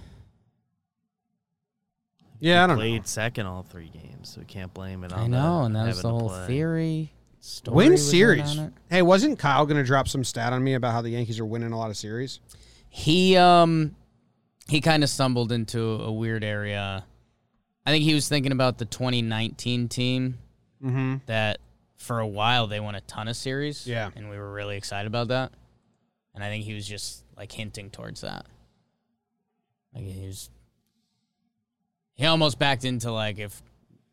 Yeah, I don't played know. second all three games, so we can't blame it on. I know, the, and that was the having to whole play. theory. Story Win was in series. on it. Hey, wasn't Kyle going to drop some stat on me about how the Yankees are winning a lot of series? He um he kind of stumbled into a weird area I think he was thinking about the 2019 team Mm-hmm. that for a while they won a ton of series. Yeah. And we were really excited about that. And I think he was just like hinting towards that. Like he was he almost backed into like if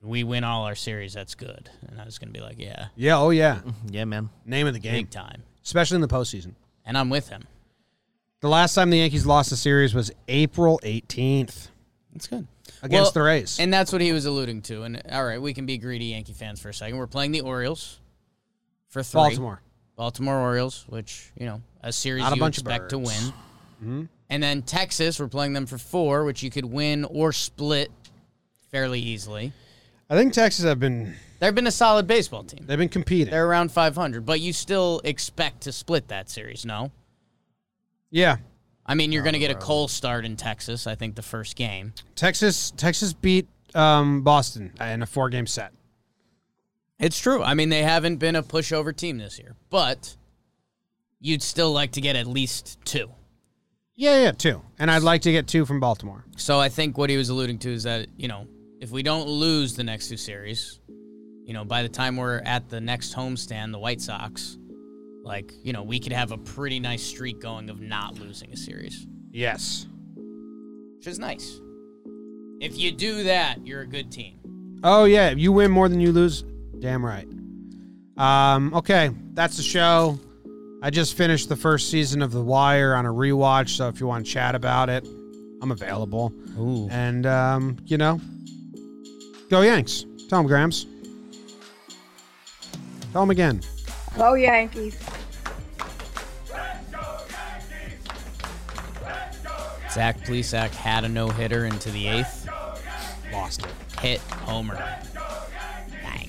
we win all our series, that's good. And I was gonna be like, Yeah, Yeah. Oh yeah. Mm-hmm. Yeah, man. Name of the game, big time. especially in the postseason. And I'm with him. The last time the Yankees lost a series was April 18th That's good. against Well, the Rays. And that's what he was alluding to. And all right, we can be greedy Yankee fans for a second. We're playing the Orioles for three. Baltimore. Baltimore Orioles, which you know a series Not a you bunch of expect to win. birds. Mm-hmm. And then Texas, we're playing them for four, which you could win or split fairly easily. I think Texas have been They've been a solid baseball team. they've been competing. They're around 500, but you still expect to split that series, no? yeah. I mean, you're going to get a cold start in Texas, I think, the first game. Texas Texas beat um, Boston in a four game set. It's true. I mean, they haven't been a pushover team this year, but you'd still like to get at least two. Yeah, yeah, two. And I'd like to get two from Baltimore. So I think what he was alluding to is that, you know, if we don't lose the next two series, you know, by the time we're at the next homestand, the White Sox, like, you know, we could have a pretty nice streak going of not losing a series, Yes. which is nice. If you do that, you're a good team. Oh yeah, you win more than you lose. Damn right. Um, okay, that's the show. I just finished the first season of The Wire on a rewatch, so if you want to chat about it, I'm available. Ooh. And um, you know, go Yanks. Tell 'em, Grams. Tell 'em again. Go Yankees. Zach Plesak had a no hitter into the eighth. Lost it. Hit homer. Dang.